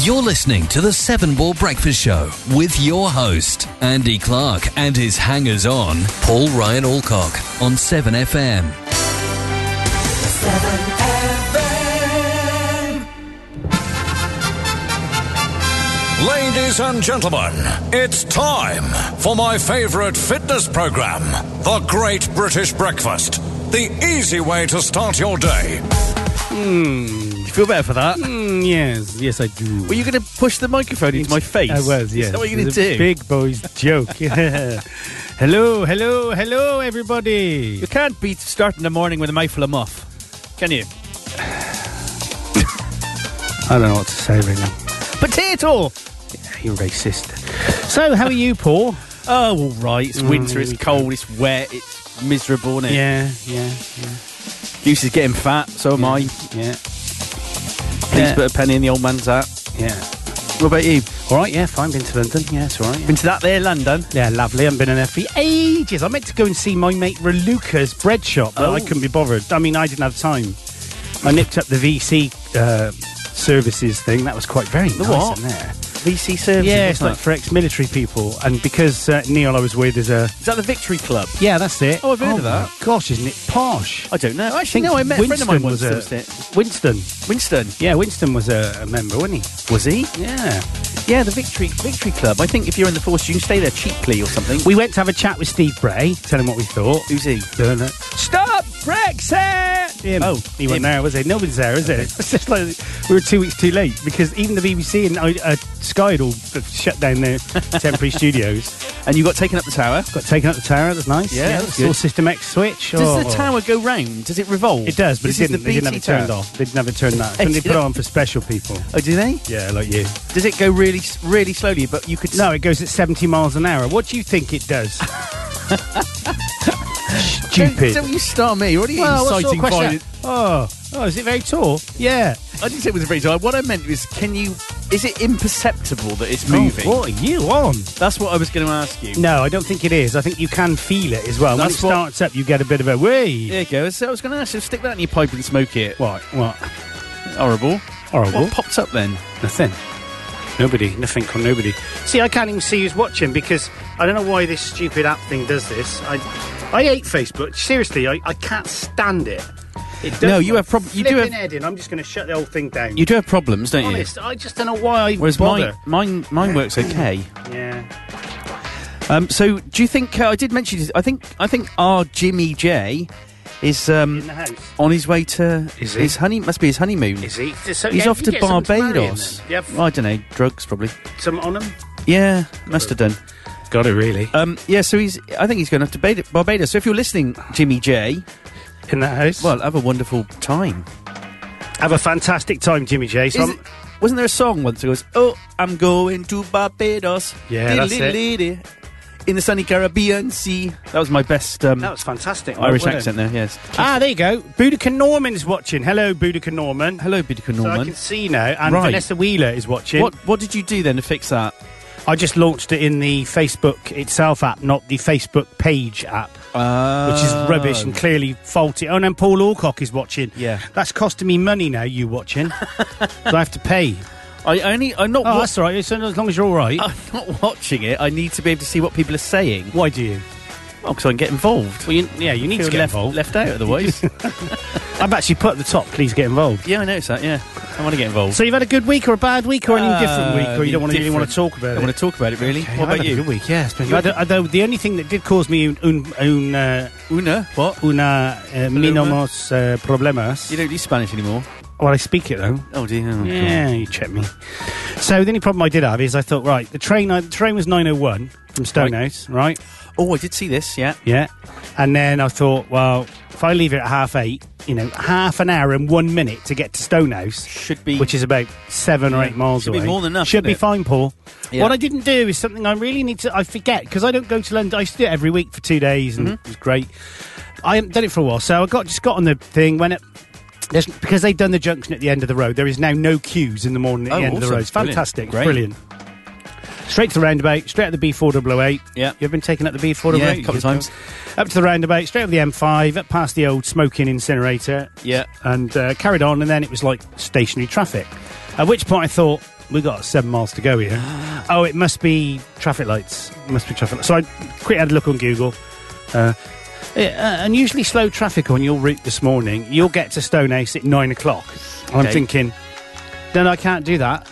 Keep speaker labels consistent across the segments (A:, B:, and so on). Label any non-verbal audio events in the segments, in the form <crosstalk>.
A: You're listening to the Seven Ball Breakfast Show with your host, Andy Clark, and his hangers on, Paul Ryan Alcock, on 7FM.
B: Ladies and gentlemen, it's time for my favorite fitness program, The Great British Breakfast. The easy way to start your day.
C: You feel better for that?
D: Mm, yes, yes, I do.
C: Were you going to push the microphone into my face?
D: I was, yes.
C: Is that what you're going
D: It's
C: to
D: a
C: do?
D: Big boy's joke. <laughs> hello, hello, hello, everybody.
C: You can't be starting the morning with a mouthful of muff, can you?
D: I don't know what to say right now.
C: Potato!
D: You racist. So, how are
C: <laughs>
D: you, Paul? Mm,
C: Oh, all right. It's winter, it's
D: okay.
C: cold, it's wet, it's miserable, isn't it?
D: yeah, yeah,
C: Goose is getting fat, so am I.
D: yeah,
C: Please
D: Yeah.
C: put a penny in the old man's hat.
D: yeah.
C: What about you?
D: All right, yeah, fine. Been to London. Yeah, it's all right. yeah.
C: Been to that there, London?
D: Yeah, lovely. I haven't been in there for ages. I meant to go and see my mate Raluca's bread shop, but I
C: Oh.
D: couldn't be bothered. I mean, I didn't have time. I nipped up the VC uh, services thing. That was quite very nice
C: what?
D: in there.
C: VC services.
D: Yeah, it's
C: wasn't
D: like for ex-military people, and because uh, Neil I was with is
C: it?
D: a
C: Is that the Victory Club?
D: yeah, that's it.
C: Oh, I've heard of
D: my
C: that.
D: Gosh, isn't it posh?
C: I don't know. Actually,
D: think
C: no, I met a friend of mine once.
D: was
C: that
D: a-
C: was it.
D: Winston.
C: Winston.
D: Yeah, Winston was a, a member, wasn't he?
C: Was he?
D: Yeah.
C: Yeah, the Victory Victory Club. I think if you're in the force, you can stay there cheaply or something.
D: We went to have a chat with Steve Bray, tell him what we thought.
C: Who's he?
D: Doing it. Stop Brexit! Him.
C: Oh,
D: he wasn't
C: him.
D: there, was he? Nobody's there, is it? <laughs> It's just like we were two weeks too late because even the BBC and uh, uh, Sky had all uh, shut down
C: <laughs>
D: their temporary studios.
C: And you got taken up the tower.
D: Got taken up the tower. That's nice.
C: Yeah, that's
D: saw
C: good.
D: System X switch.
C: Does
D: oh,
C: the tower go round? Does it revolve?
D: It does, but
C: This
D: it
C: is
D: didn't.
C: The
D: They didn't have
C: BT
D: it turned
C: tower.
D: off. They didn't have it
C: <laughs>
D: turned on. And they put it on for special people.
C: Oh, do they?
D: Yeah, like you.
C: Does it go really, s- really slowly? But you could. s-
D: No, it goes at 70 miles an hour. What do you think it <laughs> does?
C: Don't,
D: Stupid.
C: don't you start me. You're already
D: what's your
C: inciting
D: question?
C: violence.
D: Oh, oh, is it very tall? Yeah.
C: I didn't say it was very tall. What I meant was, can you? Is it imperceptible that it's moving?
D: Oh, what are you on?
C: That's what I was going to ask you.
D: No, I don't think it is. I think you can feel it as well.
C: That's
D: when
C: what-
D: it starts up, you get a bit of a way.
C: There you go. So I was going to ask you, stick that in your pipe and smoke it.
D: What? What?
C: Horrible.
D: Horrible.
C: What popped up then?
D: Nothing. Nobody. Nothing on nobody. See, I can't even see who's watching because I don't know why this stupid app thing does this. I, I hate Facebook. Seriously, I, I can't stand it. It does
C: No, you
D: my
C: have prob- you do
D: flipping
C: have-
D: head in. I'm just going to shut the whole thing down.
C: You do have problems, don't you?
D: honest? I just don't know why I
C: Whereas mine,
D: bother.
C: mine, mine works okay.
D: Yeah.
C: Um, so, do you think uh, I did mention? this- I think I think our Jimmy J is
D: In
C: um,
D: the house.
C: on his way to
D: Is he?
C: his honey. Must be his honeymoon.
D: Is he? So,
C: He's
D: yeah,
C: off
D: you
C: to
D: get someone marry him
C: Barbados.
D: then. Do you have
C: Well, I don't know. Drugs probably.
D: some on Uh, him?
C: Yeah, must have done.
D: Got it, really.
C: Um, yeah, so he's. I think he's going off to Bada- Barbados. So if you're listening, Jimmy J,
D: In that house?
C: well, have a wonderful time.
D: Have a fantastic time, Jimmy J. So
C: Is
D: I'm-
C: it- wasn't there a song once that goes, "Oh, I'm going to Barbados"?
D: Yeah, that's it.
C: Diddly-diddly, In the sunny Caribbean Sea. That was my best um,
D: That was fantastic.
C: Irish
D: Well done.
C: accent there. Yes.
D: Ah, there you go. Boudicca Norman's watching. Hello, Boudicca Norman.
C: Hello, Bidica
D: So I
C: Norman.
D: can see now. And
C: Right.
D: Vanessa Wheeler is watching.
C: What what did you do then to fix that?
D: I just launched it in the Facebook itself app, not the Facebook page app, which is rubbish and clearly faulty. Oh, and then Paul Alcock is watching.
C: Yeah.
D: That's costing me money now, you <laughs> watching. so I have to pay.
C: I only I'm not
D: Oh,
C: wa-
D: that's all right. So as long as you're all right.
C: <laughs> I'm not watching it. I need to be able to see what people are saying.
D: Why do you?
C: Well, because I can get involved.
D: Well, you, yeah, you need
C: Feel
D: to get
C: left
D: involved.
C: left out otherwise.
D: I've actually put at the top, please get involved.
C: yeah, I noticed that. Yeah, I want to get involved.
D: So you've had a good week or a bad week or an indifferent week or you Uh, don't want to really want to talk
C: I
D: about
C: don't
D: it?
C: want to talk about it really.
D: Okay,
C: what
D: I've
C: about
D: had A good
C: you?
D: week, yeah. It's been good. Although the only thing that did cause me un, un, un, uh,
C: Una, what?
D: una uh, minimos uh, problemas.
C: You don't do Spanish anymore.
D: Well, I speak it though.
C: Oh dear. Oh, God.
D: Yeah, you check me. So the only problem I did have is I thought, right, the train I, the train was 9.01 from Stonehouse, right?
C: Oh, I did see this. Yeah.
D: Yeah. And then I thought, well, if I leave it at half eight, you know, half an hour and one minute to get to Stonehouse,
C: Should be-
D: which is about seven or eight miles
C: should be
D: away.
C: more than enough,
D: Should
C: shouldn't
D: be
C: it?
D: fine, Paul.
C: Yeah.
D: What I didn't do is something I really need to. I forget because I don't go to London. I used to do it every week for two days,
C: Mm-hmm.
D: and it was great. I haven't done it for a while, so I got just got on the thing when it. There's, because they've done the junction at the end of the road, there is now no queues in the morning at
C: Oh,
D: the end of the
C: awesome.
D: road. It's
C: Brilliant.
D: fantastic,
C: Great.
D: brilliant. Straight to the roundabout, straight at the B408.
C: Yeah.
D: You've been taking up the B408
C: Yeah, a couple of times.
D: up to the roundabout, straight up the M5, up past the old smoking incinerator,
C: Yeah.
D: and uh, carried on. And then it was like stationary traffic. At which point I thought, we got seven miles to
C: <gasps>
D: go here. oh, it must be traffic lights. Must be traffic. Lights. So I quick had a look on Google. Uh, yeah, uh, unusually slow traffic on your route this morning. You'll get to Stoneace at nine o'clock. And I'm
C: Okay.
D: thinking, then I can't do that.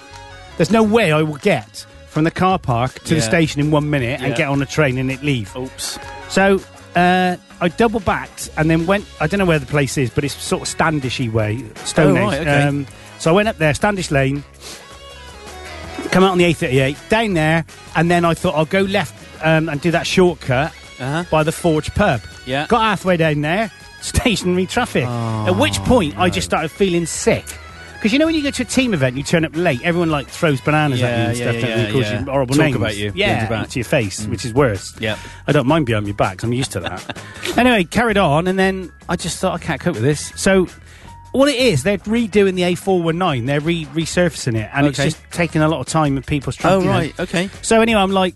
D: There's no way I will get from the car park to the
C: Yeah.
D: station in one minute and
C: Yeah.
D: get on a train and it leave.
C: Oops.
D: So uh, I double backed and then went. I don't know where the place is, but it's sort of Standishy way, Stone
C: Oh, right,
D: Age. Um,
C: okay.
D: so I went up there, Standish Lane. Come out on the A38, down there, and then I thought I'll go left um, and do that shortcut
C: Uh-huh.
D: by the Forge Pub.
C: Yeah. Oh,
D: Got halfway down there, <laughs> stationary traffic. At which point I just started feeling sick. Because you know when you go to a team event, and you turn up late. Everyone like throws bananas at you
C: Yeah,
D: and
C: yeah,
D: stuff, don't they,
C: yeah,
D: and calls
C: yeah.
D: you horrible
C: Talk
D: names.
C: about you behind
D: yeah,
C: your back.
D: into your face, which is worse.
C: Yep.
D: I don't mind behind your backs. I'm used to that. <laughs> anyway, carried on, and then I just thought I can't cope with this. So, what it is, they're redoing the A419. They're re- resurfacing it, and
C: Okay.
D: it's just taking a lot of time and people's
C: Oh,
D: traffic.
C: right. Okay.
D: So anyway, I'm like,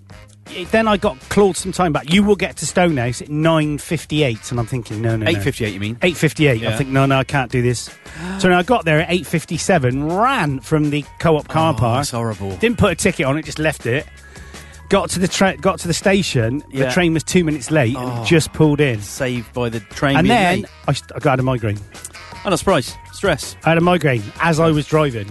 D: then I got clawed some time back. You will get to Stonehouse at nine fifty eight, and I'm thinking, no, no, no.
C: 8.58, you mean?
D: Eight fifty-eight.
C: Yeah.
D: I think no, no, I can't do this. So now I got there at eight fifty-seven, ran from the co-op car
C: Oh,
D: park.
C: that's horrible.
D: Didn't put a ticket on it, just left it. Got to the tra- got to the station.
C: Yeah.
D: The train was two minutes late
C: Oh.
D: and just pulled in.
C: Saved by the train
D: And
C: being
D: then
C: late.
D: I, st- I had a migraine.
C: Oh, that's price. Stress.
D: I had a migraine as I was driving.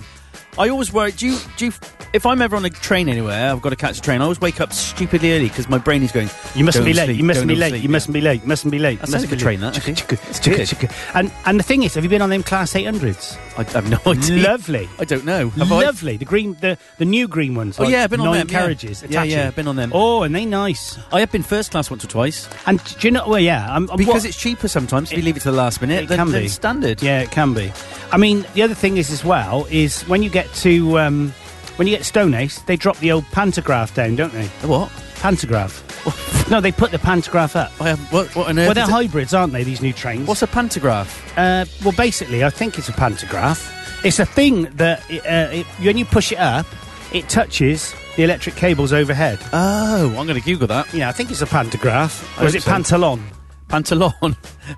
C: I always worry. Do you, do you, if I'm ever on a train anywhere, I've got to catch a train. I always wake up stupidly early because my brain is going.
D: You mustn't
C: "Don't
D: be late.
C: sleep,
D: you mustn't
C: don't
D: be late.
C: sleep."
D: you mustn't be late. You mustn't be late.
C: That
D: you
C: sounds
D: mustn't
C: like a
D: be
C: train,
D: late.
C: that,
D: Chicka,
C: actually.
D: chicka,
C: It's
D: chicka,
C: good.
D: chicka. And and the thing is, have you been on them Class 800s?
C: I have
D: <laughs>
C: no idea.
D: Lovely.
C: I don't know. Have I?
D: Lovely. The green, the, the new green ones.
C: Oh,
D: like
C: yeah, I've been on
D: nine
C: them, yeah.
D: carriages.
C: Yeah,
D: attaching.
C: yeah, I've been on them.
D: Oh, and they nice.
C: I have been first class once or twice
D: And do you know? Well, yeah, I'm, I'm-
C: because
D: what-
C: it's cheaper sometimes. If you leave it to the last minute,
D: It
C: than-
D: can
C: than
D: be.
C: standard.
D: Yeah, it can be. I mean, the other thing is as well is when you get to um, when you get Stoneace, they drop the old pantograph down, don't they?
C: What? <laughs>
D: Pantograph. no, they put the pantograph up.
C: I have. What, what on earth?
D: Well, they're
C: is it?
D: hybrids, aren't they? These new trains.
C: What's a pantograph?
D: Uh, well, basically, I think it's a pantograph. It's a thing that uh, it, when you push it up, it touches the electric cables overhead.
C: Oh, I'm going to Google that.
D: Yeah, I think it's a pantograph. Or is
C: hope
D: it
C: so.
D: pantalon?
C: Pantalon, <laughs>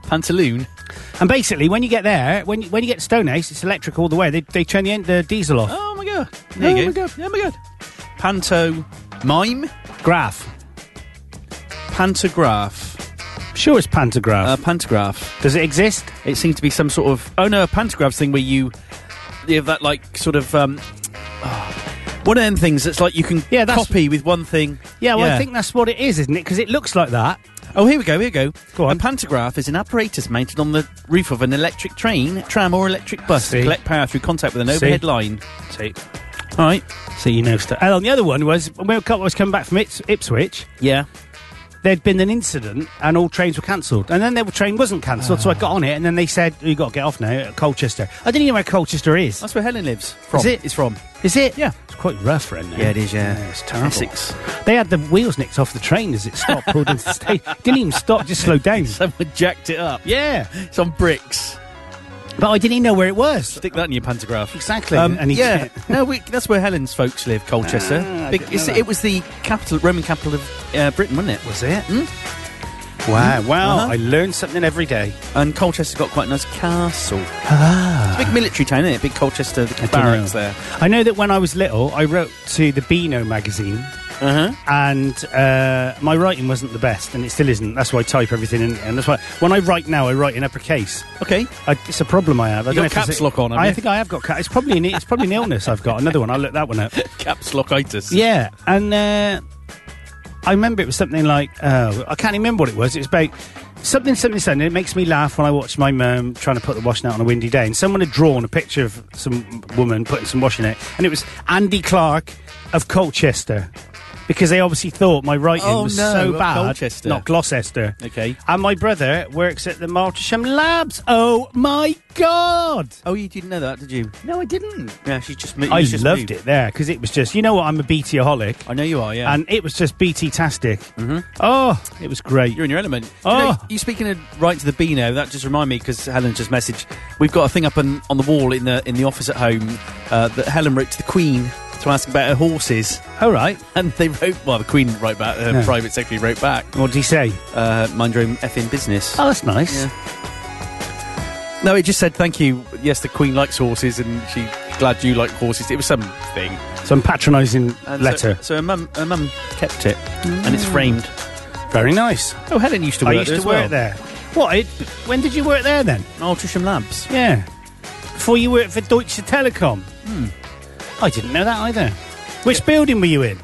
C: pantaloon.
D: And basically, when you get there, when you, when you get to Stonehouse, it's electric all the way. They, they turn the, en- the diesel off.
C: Oh my god!
D: There
C: oh
D: you
C: my
D: go.
C: god! Oh my god! Panto mime,
D: Graph.
C: pantograph,
D: Sure, it's pantograph.
C: uh, pantograph.
D: Does it exist?
C: It seems to be some sort of oh no, a pantograph thing where you you have that like sort of um, <sighs> ah, one of them things that's like you can
D: Yeah, that's-
C: copy with one thing.
D: Yeah, well, I think that's what it is, isn't it? Because it looks like that.
C: Oh, here we go. Here we go.
D: Go on.
C: A pantograph is an apparatus mounted on the roof of an electric train, tram, or electric bus
D: See.
C: to collect power through contact with an overhead line.
D: See,
C: All right.
D: so you know stuff. And on the other one was when I was coming back from Ips- Ipswich,
C: Yeah.
D: there'd been an incident and all trains were cancelled. And then the train wasn't cancelled, so I got on it, and then they said, you got to get off now at Colchester. I didn't even know where Colchester is.
C: That's where Helen lives. From.
D: Is it?
C: It's from.
D: Is it?
C: Yeah.
D: It's quite rough, right now.
C: Yeah, it is, yeah.
D: It's terrible.
C: Essex.
D: They had the wheels nicked off the train as it stopped, pulled into the <laughs> station. Didn't even stop, just slowed
C: <laughs>
D: down.
C: Someone jacked it up.
D: Yeah.
C: It's on bricks.
D: But I didn't even know where it was.
C: Stick that in your pantograph.
D: Exactly.
C: and
D: he-
C: yeah, no, we, that's where Helen's folks live, Colchester.
D: Ah,
C: Big,
D: didn't know
C: it's,
D: that.
C: it was the capital, Roman capital of uh, Britain, wasn't it?
D: Was it? Wow, wow.
C: Uh-huh.
D: Hmm? I learn something every day.
C: And Colchester's got quite a nice castle. It's a big military town, isn't it? Big Colchester, the
D: don't
C: barracks
D: Ah. know.
C: there.
D: I know that when I was little, I wrote to the Beano magazine, Uh-huh.
C: Uh huh.
D: and uh, my writing wasn't the best, and it still isn't. That's why I type everything in. And that's why when I write now, I write in uppercase.
C: Okay.
D: I, it's a problem I have. I
C: You
D: don't know
C: got
D: if it's
C: caps
D: a-
C: lock on, have
D: I
C: you?
D: think I have got caps. It's probably an, it's probably an illness I've got. Another one. I'll look that one up.
C: Caps lockitis.
D: Yeah, and uh, I remember it was something like uh, I can't even remember what it was. It was about something, something, something. It makes me laugh when I watch my mum trying to put the washing out on a windy day, and someone had drawn a picture of some woman putting some washing out, and it was Andy Clark of Colchester. Because they obviously thought my writing
C: Oh,
D: was
C: no,
D: so
C: of
D: bad.
C: Colchester.
D: Not Gloucester.
C: Okay.
D: And my brother works at the Martlesham Labs. Oh my God.
C: Oh, you didn't know that, did you? Hmm.
D: No, I didn't.
C: Yeah, she's just. mo-
D: I
C: she's just
D: loved
C: moved.
D: it there because it was just, you know what, I'm a BTaholic
C: I know you are. Yeah. Mm-hmm.
D: and it was just BT tastic. Oh, it was great.
C: You're in your element. Do You, know,
D: Oh.
C: you speaking of right to the Beano, that just reminded me because Helen just messaged. We've got a thing up on, on the wall in the in the office at home uh, that Helen wrote to the Queen to ask about her horses,
D: All right,
C: and they wrote. Well, the Queen wrote back. Her
D: Yeah.
C: private secretary wrote back.
D: what did he say?
C: Uh, mind your own effing business.
D: Oh, that's nice.
C: Yeah. No, it just said thank you. Yes, the Queen likes horses, and she glad you like horses. It was something.
D: Some patronising
C: And so-
D: letter.
C: So, her mum, her mum kept it, and it's framed.
D: Very nice.
C: Mm. Oh, Helen used to
D: I
C: work
D: used
C: there
D: to
C: as
D: work
C: well.
D: there. What? It, when did you work there then?
C: Altrincham Labs.
D: Yeah. Before you worked for Deutsche Telekom.
C: Hmm.
D: I didn't know that either. Which building were you in?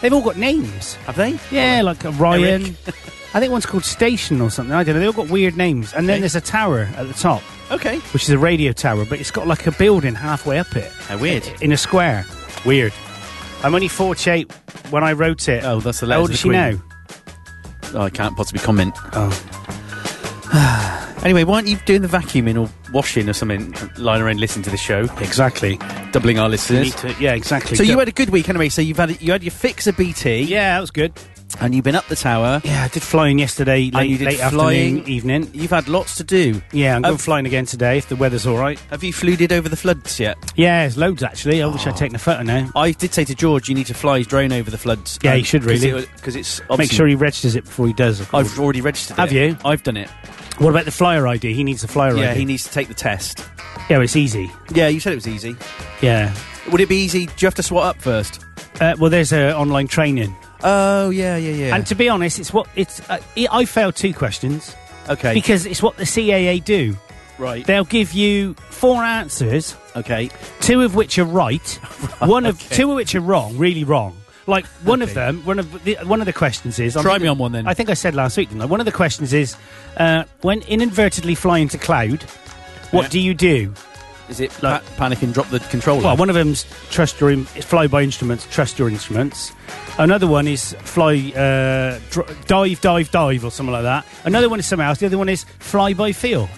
D: They've all got names.
C: Have they?
D: Yeah, like Orion. I think one's called Station or something. I don't know. They've all got weird names. And then
C: Okay.
D: there's a tower at the top,
C: Okay.
D: which is a radio tower, but it's got like a building halfway up it
C: How weird.
D: in a square. Weird. I'm only 48 when I wrote it.
C: Oh, that's the
D: How
C: letter
D: old
C: to
D: is
C: the
D: she
C: Queen.
D: now?
C: Oh, I can't possibly comment. <sighs> anyway, why aren't you doing the vacuuming or washing or something, lying around listening to the show,
D: Exactly.
C: doubling our listeners?
D: yeah, exactly.
C: So you had a good week anyway. So you've had you had your fix of BT,
D: Yeah, that was good.
C: and you've been up the tower.
D: Yeah, I did flying yesterday, late,
C: you did
D: late
C: flying.
D: afternoon, evening.
C: You've had lots to do.
D: Yeah, I'm
C: Uh,
D: going flying again today if the weather's all right.
C: Have you fluted over the floods yet?
D: Yeah, there's loads actually. I wish I'd taken a photo now.
C: I did say to George, you need to fly his drone over the floods.
D: Yeah,
C: um,
D: you should
C: 'cause
D: really.
C: it- because it's obviously,
D: Make sure he registers it before he does. Of course.
C: I've already registered.
D: Have
C: it.
D: you?
C: I've done it.
D: What about the flyer ID? He needs a flyer
C: Yeah,
D: ID.
C: he needs to take the test.
D: yeah, it's easy.
C: Yeah, you said it was easy.
D: Yeah.
C: Would it be easy? Do you have to swat up first?
D: Uh, well, there's a online training,
C: Oh yeah, yeah, yeah.
D: and to be honest, it's what it's. Uh, I I failed two questions
C: okay,
D: because it's what the CAA do.
C: right.
D: They'll give you four answers,
C: Okay,
D: two of which
C: <laughs>
D: are right, one of
C: okay.
D: two of which are wrong, really wrong. Like one
C: Okay.
D: of them, one of the, one of the questions is. I'm
C: Try
D: thinking-
C: me on one then.
D: I think I said last week, didn't I? One of the questions is, uh, when inadvertently flying to cloud, what
C: Yeah.
D: do you do?
C: is it
D: Like-
C: pa- panic and drop the controller?
D: Well, one of them's trust your in- fly by instruments, trust your instruments. Another one is fly, uh, dr- dive, dive, dive, or something like that. Another one is something else. The other one is fly by feel.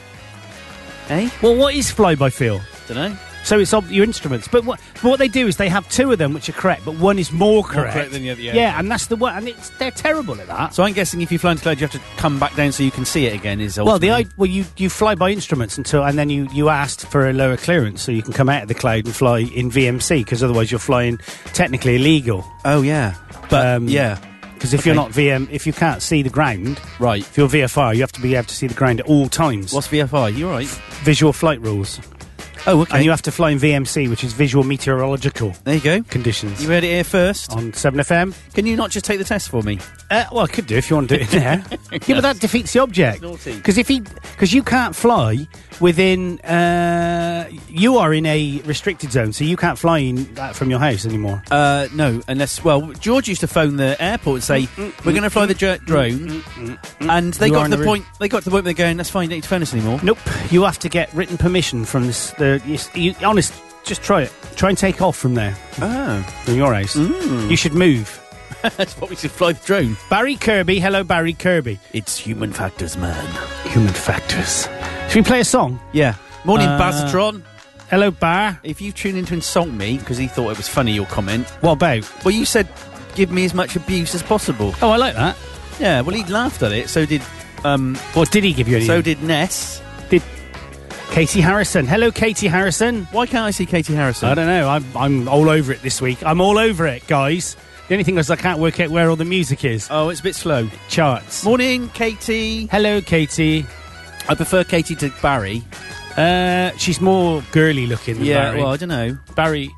C: eh?
D: Well, what is fly by feel?
C: Don't know.
D: So it's ob- your instruments, but what but what they do is they have two of them which are correct, but one is more correct,
C: correct than the other, yeah.
D: and that's the one, and it's they're terrible at that.
C: So I'm guessing if you fly into cloud, you have to come back down so you can see it again. Is
D: Well, the
C: ultimately-
D: I- well you, you fly by instruments until and then you, you asked for a lower clearance so you can come out of the cloud and fly in VMC because otherwise you're flying technically illegal
C: oh yeah, but
D: Um,
C: yeah,
D: because if you're
C: Okay.
D: not VM if you can't see the ground
C: right.
D: if you're VFR you have to be able to see the ground at all times.
C: What's VFI? You're right.
D: visual flight rules?
C: Oh okay.
D: And you have to fly in VMC which is visual meteorological
C: there you go.
D: conditions
C: You heard it here first.
D: on 7FM.
C: Can you not just take the test for me?
D: Uh, well, I could do if you want to do it
C: <laughs>
D: in there. Yeah, but that defeats the object.
C: Naughty.
D: Because if he, because you can't fly within, uh, you are in a restricted zone, so you can't fly in that from your house anymore.
C: Uh, no, unless well, George used to phone the airport and say we're going to fly the jer- drone, and they
D: You
C: got
D: are in
C: to the
D: the room.
C: point. They got to the point where they're going, "That's fine, you don't need to phone us anymore." <laughs>
D: Nope, you have to get written permission from this. The you, you, honest, just try it. Try and take off from there,
C: Oh,
D: from your house.
C: Mm.
D: You should move.
C: that's what we should fly the drone.
D: Barry Kirby, hello, Barry Kirby.
C: It's human factors, man.
D: Human factors. Should we play a song?
C: Yeah. Morning,
D: Uh,
C: Bazatron.
D: Hello, Bar.
C: If you tune in to insult me because he thought it was funny, your comment.
D: What about?
C: Well, you said give me as much abuse as possible.
D: Oh, I like that.
C: Yeah. Well, he laughed at it. So did um.
D: What did he give you? Any?
C: So did Ness.
D: Katie Harrison. Hello, Katie Harrison.
C: Why can't I see Katie Harrison?
D: I don't know. I'm, I'm all over it this week. I'm all over it, guys. The only thing is I can't work out where all the music is.
C: Oh, it's a bit slow.
D: Charts.
C: Morning, Katie.
D: Hello, Katie.
C: I prefer Katie to Barry.
D: Uh, she's more girly looking than
C: Yeah,
D: Barry.
C: well, I don't know.
D: Barry.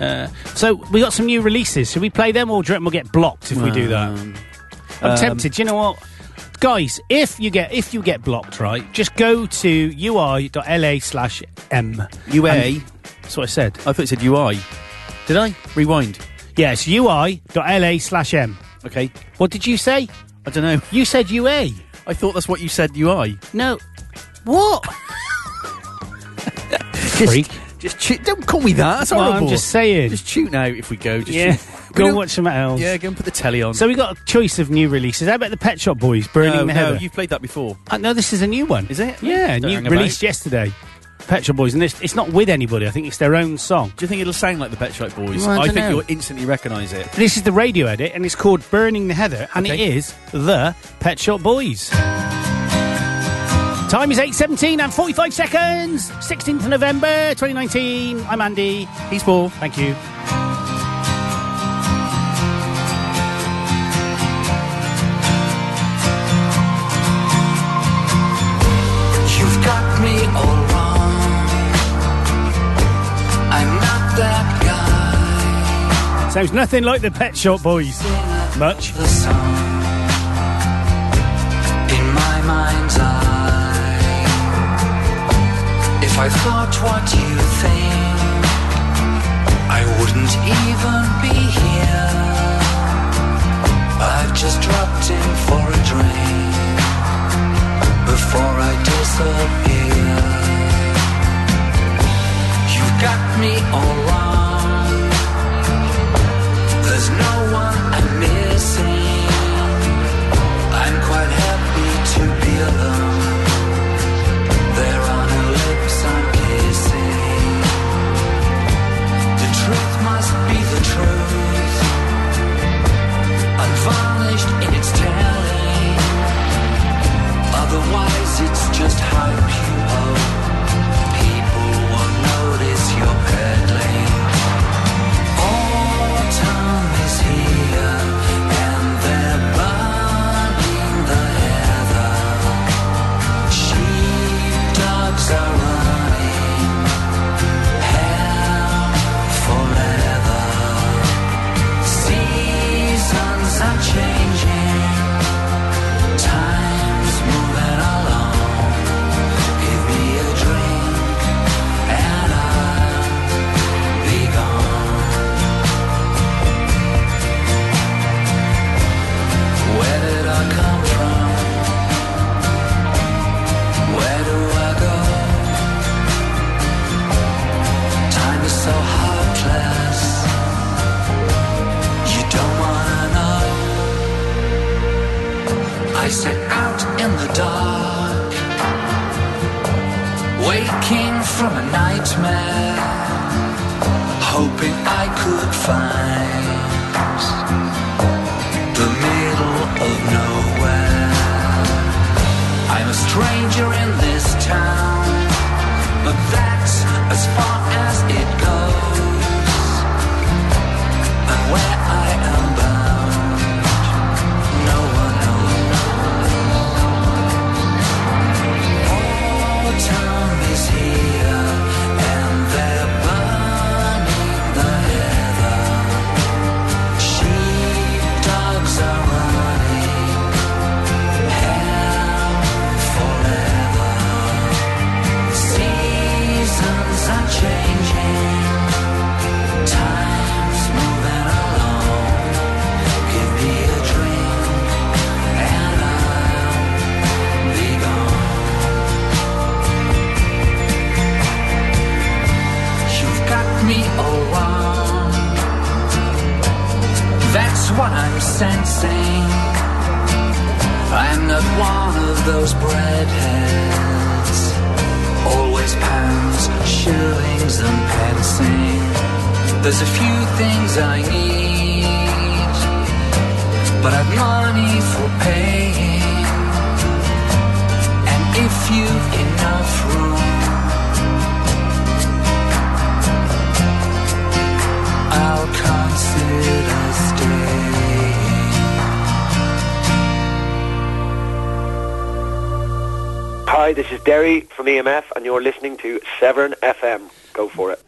D: Uh, so we got some new releases. Should we play them, or do you reckon we'll get blocked if we do that?
C: Um,
D: I'm
C: um,
D: tempted. Do you know what, guys? If you get if you get blocked, right, just go to ui.la slash m.
C: UA.
D: And- That's what I said.
C: I thought it said UI. Did I? Rewind.
D: Yes, ui.la slash m.
C: Okay.
D: What did you say?
C: I don't know.
D: You said UA.
C: I thought that's what you said, UI.
D: No.
C: <laughs>
D: What? Freak.
C: Just cheat. Don't call me that. That's
D: Well,
C: horrible.
D: I'm just saying.
C: Just tune out if we go. Just
D: yeah.
C: tune- We
D: Go
C: don't-
D: and watch some else.
C: Yeah, go and put the telly on.
D: So we got a choice of new releases. How about the Pet Shop Boys burning
C: uh, no,
D: the
C: no,
D: heather?
C: you've played that before.
D: Uh, no, this is a new one.
C: Is it?
D: Yeah,
C: Don't
D: new
C: hang about.
D: released yesterday. Pet Shop Boys, and it's, it's not with anybody. I think it's their own song.
C: Do you think it'll sound like the Pet Shop Boys?
D: Well, I don't
C: think
D: know.
C: you'll instantly recognise it.
D: This is the radio edit, and it's called "Burning the Heather," and
C: Okay.
D: it is the Pet Shop Boys. Time is eight seventeen and forty five seconds. Sixteenth of November, twenty nineteen. I'm Andy.
C: He's Paul.
D: Thank you.
E: You've got me all wrong. I'm that guy
D: Sounds nothing like the Pet Shop Boys. Much.
E: the song in my mind's eye. If I thought what you think, I wouldn't even be here. I've just dropped in for a drink before I disappear. You got me all wrong. There's no one I'm missing. I'm quite happy to be alone. There are no lips I'm kissing. The truth must be the truth. Unvarnished in its telling. Otherwise, it's just hype you hope. People won't notice you're peddling. Autumn is here, and they're burning the heather. Sheepdogs are running, hell for leather. Seasons are changing, time's moving along. Give me a drink, and I'll be gone. Where did I come from? Where do I go? Time is so heartless. You don't wanna know. I sit out in the dark, waking from a nightmare, hoping I could find the middle of nowhere. I'm a stranger in this town, but that's as far as it goes. And where I am bound, no one knows. Autumn is here, and they're burning the heather. Sheepdogs are running, hell forever. Seasons are changing, time's moving along. Give me a drink, and I'll be gone. You've got me all wrong. That's what I'm sensing. I'm not one of those breadheads. Always pounds, shillings, and pensing. There's a few things I need, but I've money for paying. And if you've enough room, I'll consider staying.
F: Hi, this is Derry from EMF, and you're listening to Severn FM. Go for it.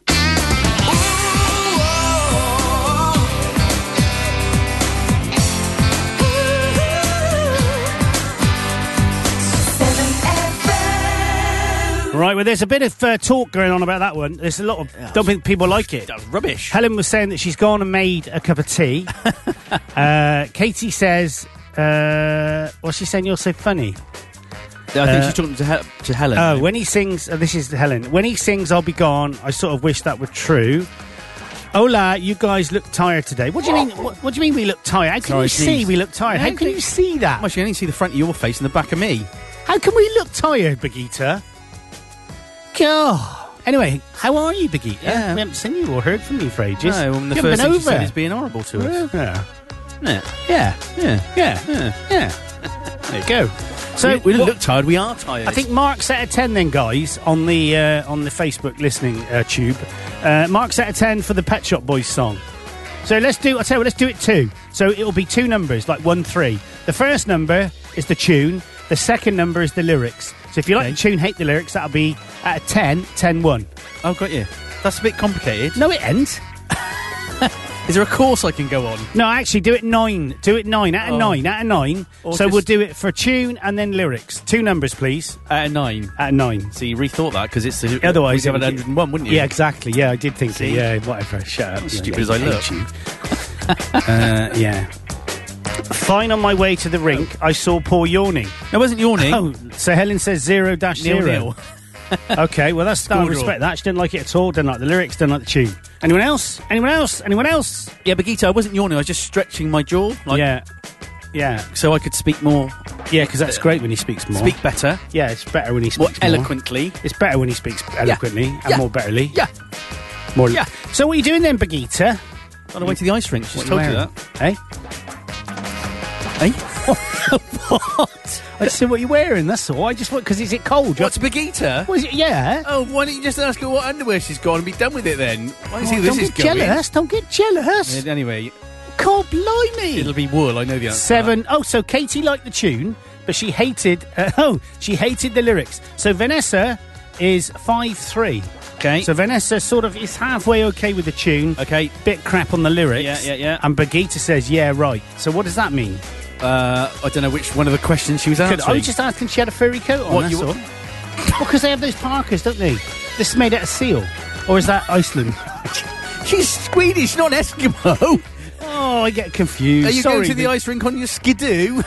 D: Right, well, there's a bit of uh, talk going on about that one. There's a lot of. don't think people like it.
C: That's rubbish.
D: Helen was saying that she's gone and made a cup of tea.
C: <laughs>
D: uh, Katie says, uh, "What's she saying? You're so funny."
C: I think she's talking to, Hel- to Helen.
D: Oh, when he sings, uh, this is Helen. When he sings, "I'll be gone," I sort of wish that were true. Ola, you guys look tired today. What do you mean? What, what do you mean we look tired? How can
C: Sorry,
D: you see
C: jeez.
D: we look tired?
C: No,
D: How can
C: they-
D: you see that?
C: Well, she can only see the front of your face and the back of me.
D: How can we look tired, Bagheeta? God. Anyway, how are you, Bagheeta?
C: Yeah.
D: We haven't seen you or heard from you for ages.
C: no, and the
D: you
C: first thing she
D: haven't been
C: said is
D: over.
C: being horrible to us.
D: yeah.
C: Isn't it?
D: yeah,
C: Yeah.
D: yeah, yeah, <laughs> There you go. So
C: we, we don't
D: what-
C: look tired. We are tired.
D: I think Mark's out of ten then, guys, on the uh, on the Facebook listening uh, tube. Uh, Mark's out of ten for the Pet Shop Boys song. So let's do. I tell you, what, let's do it two. So it'll be two numbers, like one, three. The first number is the tune. The second number is the lyrics. So if you like the tune, hate the lyrics, that'll be at a 10, 10, 1.
C: I've oh, got you. That's a bit complicated.
D: No, it ends.
C: Is there a course I can go on?
D: No, actually, do it nine. Do it nine out of
C: Oh.
D: nine out of nine.
C: Or
D: so
C: just-
D: we'll do it for tune and then lyrics. Two numbers, please.
C: Out of Uh, nine.
D: Out of nine.
C: So you rethought that because it's the,
D: Otherwise,
C: we'd have
D: it would-
C: 101, wouldn't you?
D: Yeah, exactly. Yeah, I did think.
C: See?
D: It. Yeah, whatever. Shut up.
C: Stupid as I
D: hate
C: look.
D: you. uh, yeah. Fine on my way to the rink, I saw Paul yawning.
C: No, I wasn't yawning.
D: Oh, so Helen says zero dash
C: Nil,
D: zero.
C: nil.
D: <laughs> Okay, well that's I
C: Score
D: respect that. She didn't like it at all. Didn't like the lyrics. Didn't like the tune. Anyone else? Anyone else? Anyone else?
C: Yeah, but Gita, I wasn't yawning. I was just stretching my jaw, like,
D: yeah, yeah,
C: so I could speak more,
D: yeah. Because that's great when he speaks more.
C: speak better,
D: Yeah, it's better when he
C: more
D: speaks
C: eloquently.
D: It's better when he speaks eloquently and
C: Yeah.
D: more betterly.
C: Yeah.
D: More.
C: Yeah.
D: So what are you doing then, Bagheeta?
C: On the way to the ice rink, just
D: What
C: told
D: are
C: you
D: wearing?
C: that.
D: Eh? <laughs>
C: Hey,
D: I just said what you're wearing. That's all. I just want because is it cold?
C: what's Begita?
D: Was it? Yeah.
C: Oh, why don't you just ask her what underwear she's got and be done with it then? Why see where
D: Oh,
C: this
D: don't
C: is
D: get
C: going?
D: jealous. Don't get jealous.
C: Yeah, Anyway,
D: God, blimey.
C: it'll be wool. I know the answer.
D: Seven oh so Katie liked the tune, but she hated. Uh, <laughs> oh, she hated the lyrics. So Vanessa is five three.
C: Okay.
D: So Vanessa sort of is halfway okay with the tune.
C: Okay.
D: Bit crap on the lyrics.
C: Yeah, yeah, yeah.
D: And Bagheeta says, "Yeah, right." So what does that mean?
C: Uh, I don't know which one of the questions she was
D: Could-
C: answering.
D: I was just asking. She had a furry coat on.
C: What,
D: that's
C: you-
D: all. <laughs> because they have those parkas, don't they? This is made out of seal, or is
C: <laughs>
D: that Iceland?
C: She's Swedish, not
D: <laughs>
C: Eskimo.
D: Oh, I get confused.
C: Are you
D: Sorry,
C: going to the
D: Vic-
C: ice rink on your skidoo?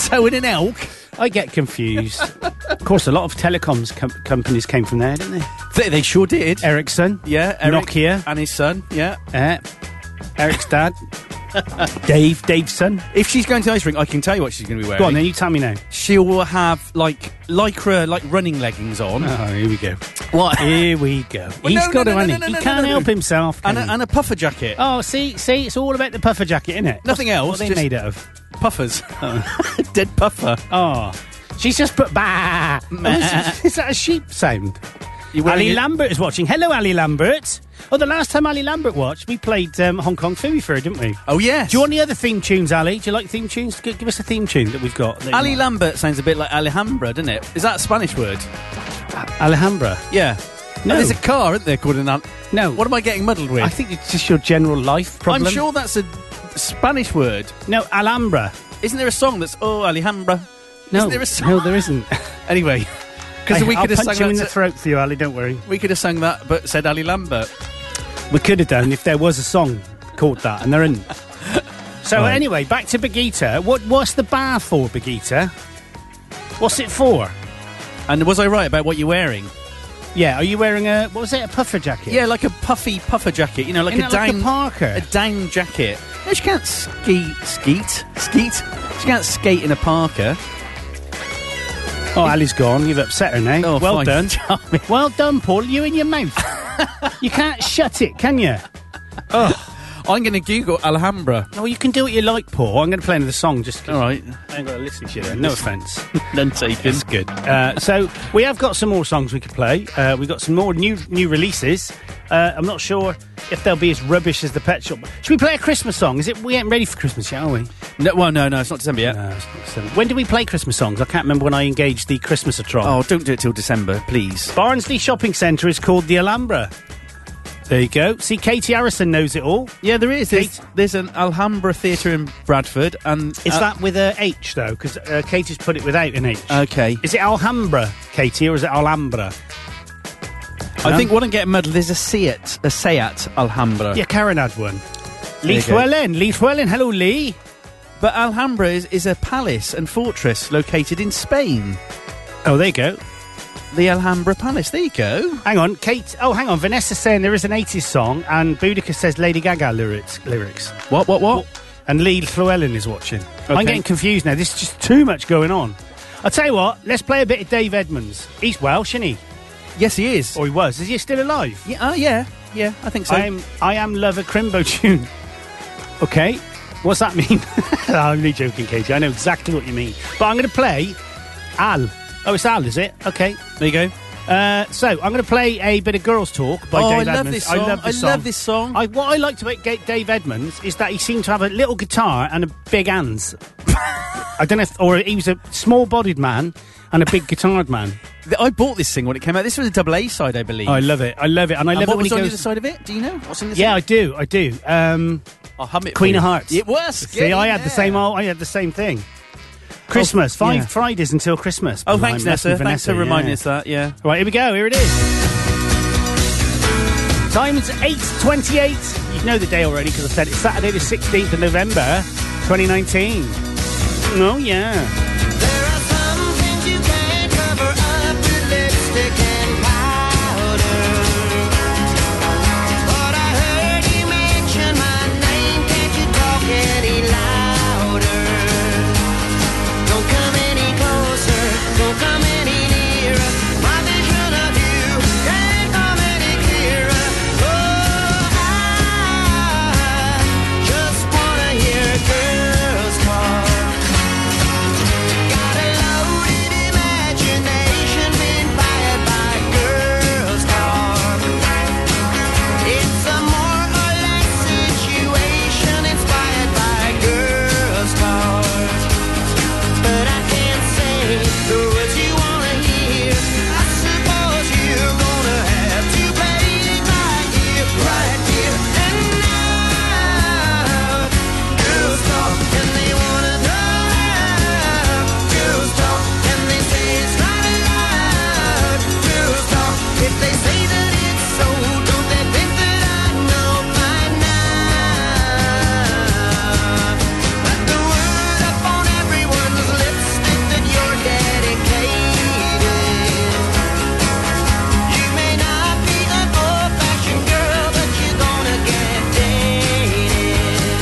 C: Towing an elk?
D: I get confused. of course, a lot of telecoms com- companies came from there, didn't they?
C: They, they sure did.
D: Ericsson.
C: yeah, Eric uh,
D: Nokia.
C: and his son. Yeah.
D: Eh,
C: <laughs>
D: Eric's dad. Dave, Dave's son.
C: If she's going to the ice rink, I can tell you what she's going to be wearing.
D: Go on, then you tell me now.
C: She'll have like lycra, like running leggings on.
D: <laughs> Oh, here we go.
C: What?
D: Here we go.
C: Well,
D: He's
C: no,
D: got
C: no,
D: to,
C: no, no,
D: hasn't he?
C: no,
D: he
C: no, no,
D: can't
C: no.
D: help himself. Can
C: and, a,
D: he?
C: and a puffer jacket.
D: oh, see, see, it's all about the puffer jacket, isn't it?
C: Nothing else,
D: What are they
C: just-
D: made out of? <laughs>
C: Puffers. Dead puffer.
D: Oh, she's just put bah. Oh, Is that a sheep sound?
C: You wearing
D: Ali
C: it-
D: Lambert is watching. Hello, Ali Lambert. Oh, the last time Ali Lambert watched, we played um, Hong Kong Fooey Fur, didn't we?
C: Oh, yes.
D: Do you want any other theme tunes, Ali? Do you like theme tunes? G- give us a theme tune that we've got. that you
C: Ali
D: like.
C: Lambert sounds a bit like Alhambra, doesn't it? Is that a Spanish word?
D: Alhambra.
C: Yeah.
D: No.
C: And there's a car, isn't there, called an. Al-
D: No.
C: What am I getting muddled with?
D: I think it's just your general life problem.
C: I'm sure that's a Spanish word.
D: No, Alhambra.
C: Isn't there a song that's Oh Alhambra?
D: No,
C: Isn't there a song?
D: no,
C: <laughs>
D: there isn't. <laughs>
C: Anyway, because we
D: I'll
C: could have
D: punch
C: sung that.
D: you in the
C: to-
D: throat for you, Ali. Don't worry.
C: we could have sung that, but said Ali Lambert.
D: We could have done if there was a song called that, and there isn't. So
C: Right.
D: anyway, back to Begita. What what's the bar for, Begita? What's it for?
C: And was I right about what you're wearing?
D: Yeah, are you wearing a what was it? A puffer jacket?
C: Yeah, like a puffy puffer jacket. You know, like
D: Isn't
C: a
D: it like a
C: down
D: parka?
C: a down jacket. No, she can't ski skeet skeet. She can't skate in a parka.
D: Oh, Ali's gone. You've upset her now.
C: Oh,
D: well
C: fine.
D: <laughs> done. well done, Paul. You in your <laughs> mouth. you can't shut it, can you?
C: I'm going to Google Alhambra.
D: No, you can do what you like, Paul. Oh, I'm going to play another song just.
C: All right,
D: I ain't got to listen to you then. No offence.
C: none taken.
D: That's good. Uh, so we have got some more songs we could play. Uh, we've got some more new new releases. Uh, I'm not sure if they'll be as rubbish as the Pet Shop. Should we play a Christmas song? Is it? We ain't ready for Christmas yet, are we?
C: No, well, no, no, it's not December yet.
D: No, it's not seven. When do we play Christmas songs? I can't remember when I engaged the Christmas atron.
C: Oh, don't do it till December, please.
D: Barnsley Shopping Centre is called the Alhambra. There you go. See, Katie Harrison knows it all.
C: Yeah, there is. There's,
D: Kate-
C: there's an Alhambra Theatre in Bradford, and
D: Is
C: uh,
D: that with a H though? Because uh, Katie's put it without an H.
C: okay?
D: is it Alhambra, Katie, or is it Alhambra?
C: I think what I'm getting muddled is a Seat, a Seat Alhambra.
D: Yeah, Karen had one.
C: you
D: Lee
C: go.
D: Llewellyn. Lee Llewellyn. Hello, Lee.
C: But Alhambra is, is a palace and fortress located in Spain.
D: Oh, there you go.
C: The Alhambra Palace. There you go.
D: Hang on, Kate. Oh, hang on. Vanessa's saying there is an 80s song, and Boudica says Lady Gaga lyrics. lyrics.
C: What? What? What?
D: And Lee Llewellyn is watching. I'm
C: Okay.
D: getting confused now. There's just too much going on. I'll tell you what, let's play a bit of Dave Edmonds. He's Welsh, isn't he?
C: Yes, he is.
D: Or he was. Is he still alive?
C: yeah. Oh, yeah. Yeah. I think so.
D: I am I am love a crimbo tune. Okay, what's that mean? <laughs> No, I'm only joking, Katie. I know exactly what you mean. But I'm going to play Al. Oh, it's Al, is it? Okay,
C: there you go.
D: Uh, so I'm going to play a bit of Girls Talk by
C: Oh, I
D: Dave
C: love
D: Edmonds.
C: this song. I love this song.
D: I- what I like about Ga- Dave Edmonds is that he seemed to have a little guitar and a big hands. <laughs> I don't know if, or he was a small-bodied man and a big guitared man.
C: Th- I bought this thing when it came out. This was a double A side, I believe.
D: Oh, I love it. I love it, and I
C: and
D: love
C: what
D: it when
C: was
D: he
C: on
D: goes.
C: the other side of it? Do you know? What's on this?
D: Yeah, I do. I do. Um,
C: I'll hum it.
D: Queen
C: for
D: of
C: you.
D: Hearts.
C: It was.
D: see, I had the same.
C: old.
D: old- I had the same thing. Christmas, five
C: Oh, yeah.
D: Fridays until Christmas.
C: Oh,
D: by
C: thanks,
D: Mess
C: Nessa.
D: and
C: Thanks for
D: Vanessa,
C: reminding
D: yeah.
C: us that. Yeah.
D: Right, here we go. Here it is. Time's 8.28. You know the day already because I said it's Saturday the 16th of November, 2019. Oh, yeah.
G: There are some things you can't cover up with lipstick and powder. But I heard you mention my name. Can't you talk any louder? Don't come any closer. Don't come any nearer. My vision of you can't come any clearer. Oh, I just wanna hear girls talk. Got a loaded imagination, been fired by girls talk. It's a more or less situation inspired by girls talk. But I can't say the words you wanna hear. I suppose you're gonna have to play it right here, right here and now. Girls talk and they wanna know. Girls talk and they say it's not allowed. Girls talk if they say that it's so. Don't they think that I know by now? But the word upon everyone's lips is that you're dedicated. You may not be an old-fashioned girl, but you're gonna get dated.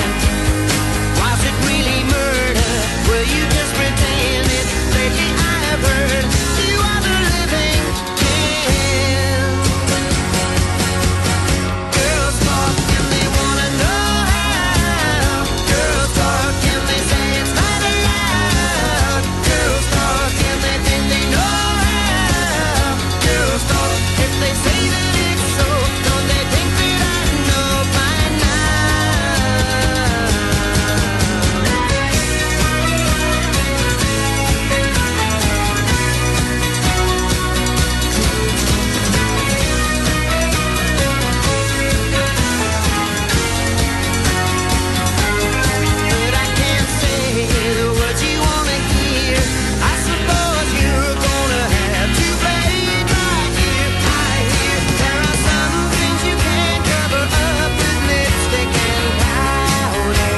G: Was it really murder? Were you just pretending? Lately I have heard you are the living dead. Girls talk and they wanna know how. Girls talk and they say it's not allowed. Girls talk and they think they know how. Girls talk if they say that it's so. Don't they think that I know by now? But I can't say the words you wanna hear. I suppose you're gonna have to play it right here, right here. There are some things you can't cover up with lipstick and powder.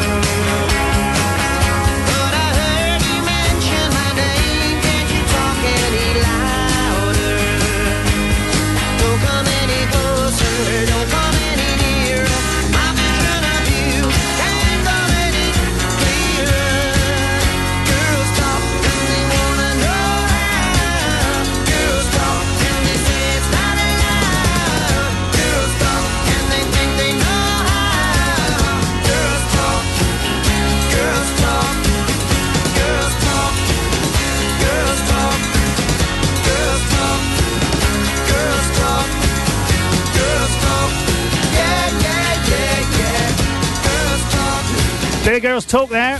G: But I heard you mention my name. Can't you talk any louder? Don't come any closer, don't come any nearer. My vision of you can't come any clearer. Girls talk and they wanna know how. Girls talk and they say it's not allowed. Girls talk and they think they know how. Girls talk, girls talk, girls talk, girls talk, girls talk. Girls talk, girls talk, yeah, yeah, yeah, yeah. Girls talk.
D: Bit of girls talk there.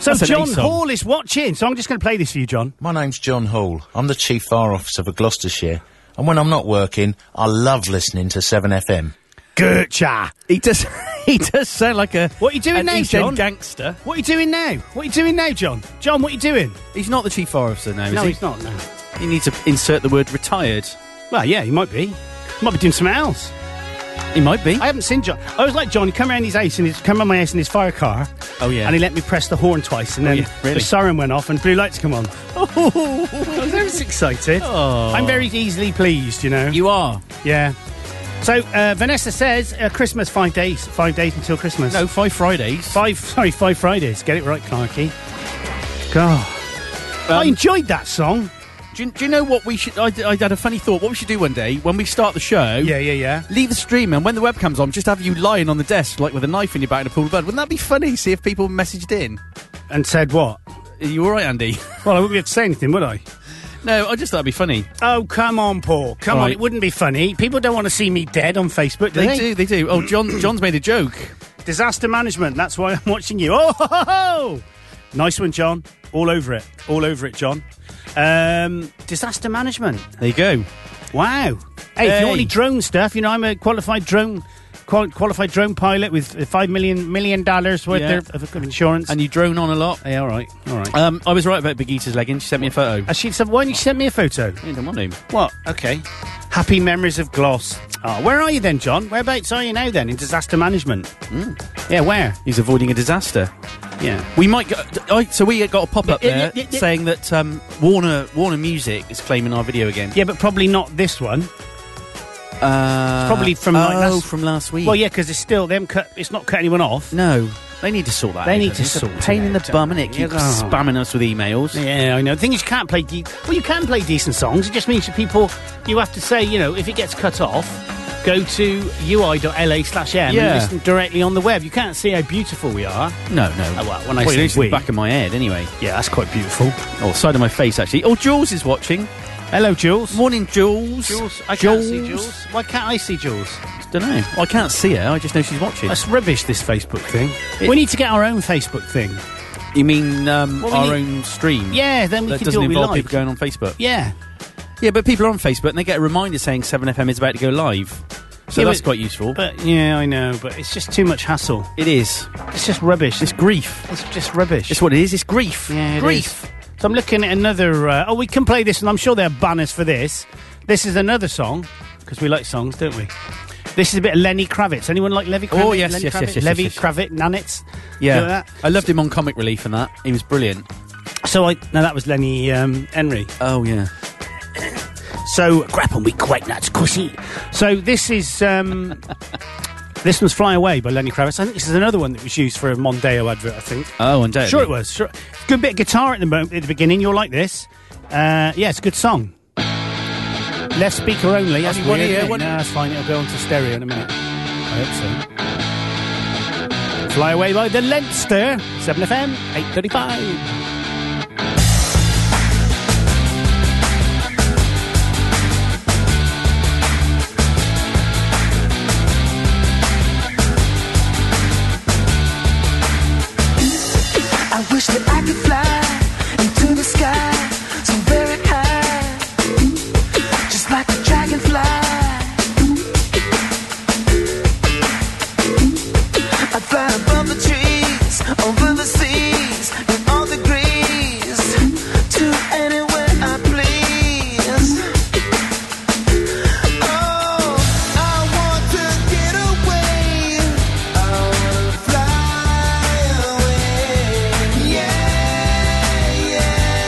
D: So
C: That's an
D: John
C: ace song.
D: Hall is watching, so I'm just going to play this for you, John.
H: My name's John Hall. I'm the Chief Fire Officer for Gloucestershire. And when I'm not working, I love listening to 7FM.
D: Gertcha.
C: He does. <laughs> He does sound like a.
D: What you doing
C: an
D: now,
C: East End
D: John?
C: Gangster.
D: What are you doing now? What are you doing now, John? John, what are you doing?
C: He's not the chief officer now. Is
D: no,
C: he?
D: he's not, no.
C: You need to insert the word retired.
D: Well, yeah, he might be. Might be doing something else.
C: He might be.
D: I haven't seen John. I was like, John, come around his ace and his, come around my ace in his fire car.
C: Oh, yeah.
D: And he let me press the horn twice, and then
C: yeah, really?
D: the siren went off and blue lights come <laughs> on. I was very excited. I'm very easily pleased, you know.
C: you are.
D: yeah. So uh, Vanessa says uh, Christmas five days, five days until Christmas.
C: No, five Fridays.
D: five. <laughs> Sorry, five Fridays. Get it right, Clarky. God, I
C: Um,
D: enjoyed that song.
C: do, you, do you know what we should? I, I had a funny thought. What we should do one day when we start the show.
D: Yeah, yeah, yeah.
C: Leave the stream and when the webcam's on, just have you lying on the desk like with a knife in your back and a pool of blood. Wouldn't that be funny? See if people messaged in.
D: And said what?
C: Are you all right, Andy? <laughs>
D: Well, I wouldn't be able to say anything, would I?
C: No, I just thought it'd be funny.
D: Oh, come on, Paul. Come on.
C: Right.
D: It wouldn't be funny. People don't want to see me dead on Facebook, do
C: They,
D: they?
C: do, they do. Oh,
D: <clears throat>
C: John, John's made a joke.
D: Disaster management. That's why I'm <laughs> watching you. Oh, ho, ho, ho. nice one, John. All over it. All over it, John. Um, disaster management.
C: There you go.
D: Wow. Hey, if you
C: Hey.
D: want any drone stuff, you know I'm a qualified drone qual- qualified drone pilot with uh, five million million dollars worth
C: Yeah.
D: of, of insurance.
C: And you drone on a lot.
D: hey, all right, all right.
C: Um, I was right about Begita's leggings. She sent me a photo.
D: Uh, she said, "Why don't you send me a photo?"
C: I don't want him.
D: What? Okay. Happy memories of Gloss. Ah, where are you then, John? Whereabouts are you now then in disaster management?
C: Hmm.
D: Yeah, where?
C: He's avoiding a disaster.
D: Yeah.
C: We might go. I, so we got a pop up
D: Yeah, yeah,
C: there
D: yeah, yeah.
C: saying that um, Warner Warner Music is claiming our video again.
D: Yeah, but probably not this one.
C: Uh,
D: probably from, like,
C: oh,
D: last-
C: from last week.
D: Well, yeah, because it's still them. Cut, it's not cut anyone off.
C: No, they need to sort that.
D: They
C: out.
D: need to
C: it's
D: sort
C: a
D: it
C: pain in the
D: out.
C: bum, and it
D: Yeah.
C: keeps spamming us with emails.
D: Yeah, I know. The thing is, you can't play. De- well, you can play decent songs. It just means that people. You have to say, you know, if it gets cut off, go to ui.la/m
C: Yeah.
D: and listen directly on the web. You can't see how beautiful we are.
C: No, no.
D: Oh, well, when I
C: Well,
D: say
C: it's the
D: we-
C: back of my head, anyway.
D: Yeah, that's quite beautiful.
C: Or side of my face, actually. Oh, Jules is watching.
D: Hello, Jules.
C: Morning, Jules.
D: Jules, I can't see Jules. Why can't I see Jules?
C: Don't know. I can't see her. I just know she's watching.
D: That's rubbish. This Facebook thing.
C: It-
D: we need to get our own Facebook thing.
C: You mean um,
D: Well, we
C: our
D: need-
C: own stream?
D: Yeah, then we
C: That
D: can do
C: doesn't
D: what we
C: involve
D: like.
C: people going on Facebook.
D: yeah.
C: Yeah, but people are on Facebook and they get a reminder saying 7FM is about to go live. So
D: Yeah,
C: that's
D: but-
C: quite useful.
D: But yeah, I know. But it's just too much hassle.
C: it is.
D: It's just rubbish.
C: It's grief.
D: It's just rubbish.
C: It's what it is. It's grief.
D: Yeah, it
C: grief.
D: is. So I'm looking at another. Uh, oh, we can play this, and I'm sure there are banners for this. This is another song because we like songs, don't we? This is a bit of Lenny Kravitz. Anyone like Levi Kravitz?
C: Oh, yes,
D: Lenny
C: yes, yes,
D: Kravitz?
C: yes,
D: Levi
C: yes, yes.
D: Kravitz, Nanitz.
C: Yeah.
D: You know that?
C: I loved him on Comic Relief and that. He was brilliant.
D: So I no, that was Lenny um, Henry.
C: Oh, yeah.
D: So crap, and we quite nuts, cussy. So this is <laughs> um, this one's "Fly Away" by Lenny Kravitz. I think this is another one that was used for a Mondeo advert. I think.
C: Oh, undoubtedly.
D: Sure, it was. Sure. Good bit of guitar at the moment, at the beginning. You'll like this. Uh, yeah, it's a good song. Left speaker only. That's
C: Only one
D: weird,
C: ear,
D: isn't it?
C: one
D: no,
C: ear.
D: that's fine. It'll go onto stereo in a minute. I hope so. Fly away by the Leinster. 7FM, 8.35.
G: I wish that I could fly into the sky so very high, just like a dragonfly. I fly above the trees, over the seas, in all degrees, to anywhere I please. Oh, I want to get away. I wanna fly away. Yeah.
E: Oh,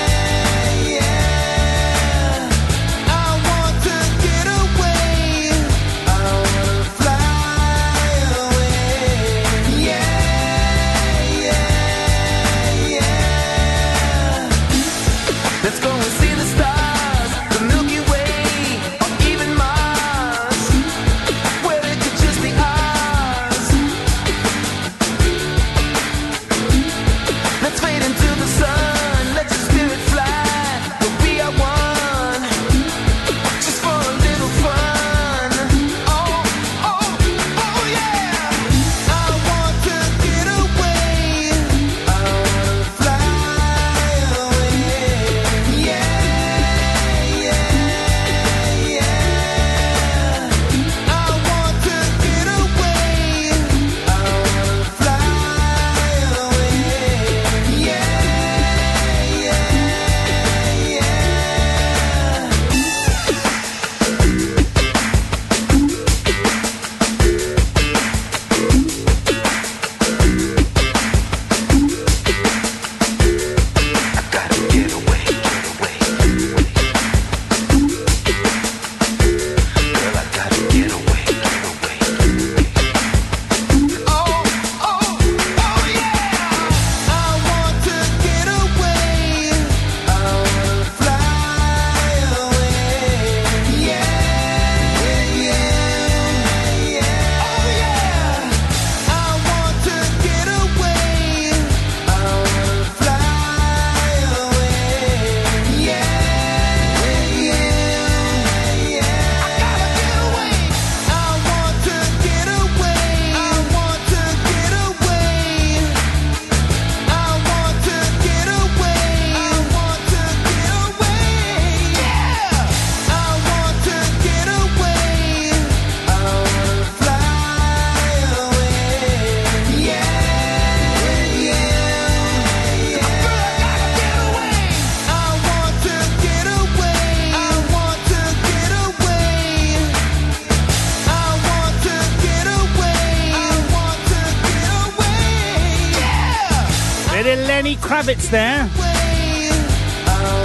D: bit of Lenny Kravitz there.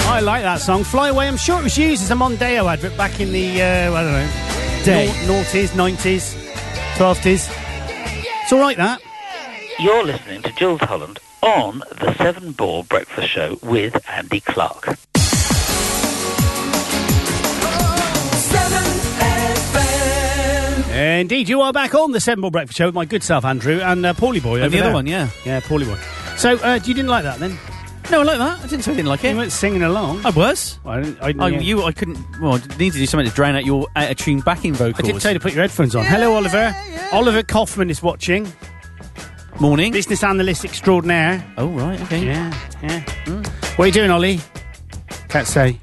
D: I like that song, Fly Away. I'm sure it was used as a Mondeo advert back in the, uh, I don't know,
C: Day.
D: nau- noughties, 90s, 12s. It's all right, that.
I: You're listening to Jules Holland on the Seven Ball Breakfast Show with Andy Clark.
D: Indeed, you are back on the Seven Ball Breakfast Show with my good self, Andrew, and uh, Paulie Boy.
C: And
D: over
C: the other
D: there.
C: one, yeah.
D: Yeah, Paulie Boy. So, uh, you didn't like that then?
C: No, I like that. I didn't say I didn't like
D: You
C: it.
D: weren't singing along.
C: I was.
D: I, didn't, I, didn't,
C: I,
D: yeah.
C: You, I couldn't. Well, I need to do something to drown out your out of tune backing vocals.
D: I did tell you to put your headphones on. Hello, Oliver. Oliver Kaufman is watching.
C: Morning.
D: Business analyst extraordinaire.
C: Oh right, okay.
D: Yeah, yeah. What are you doing, Ollie? Hmm. Can't say.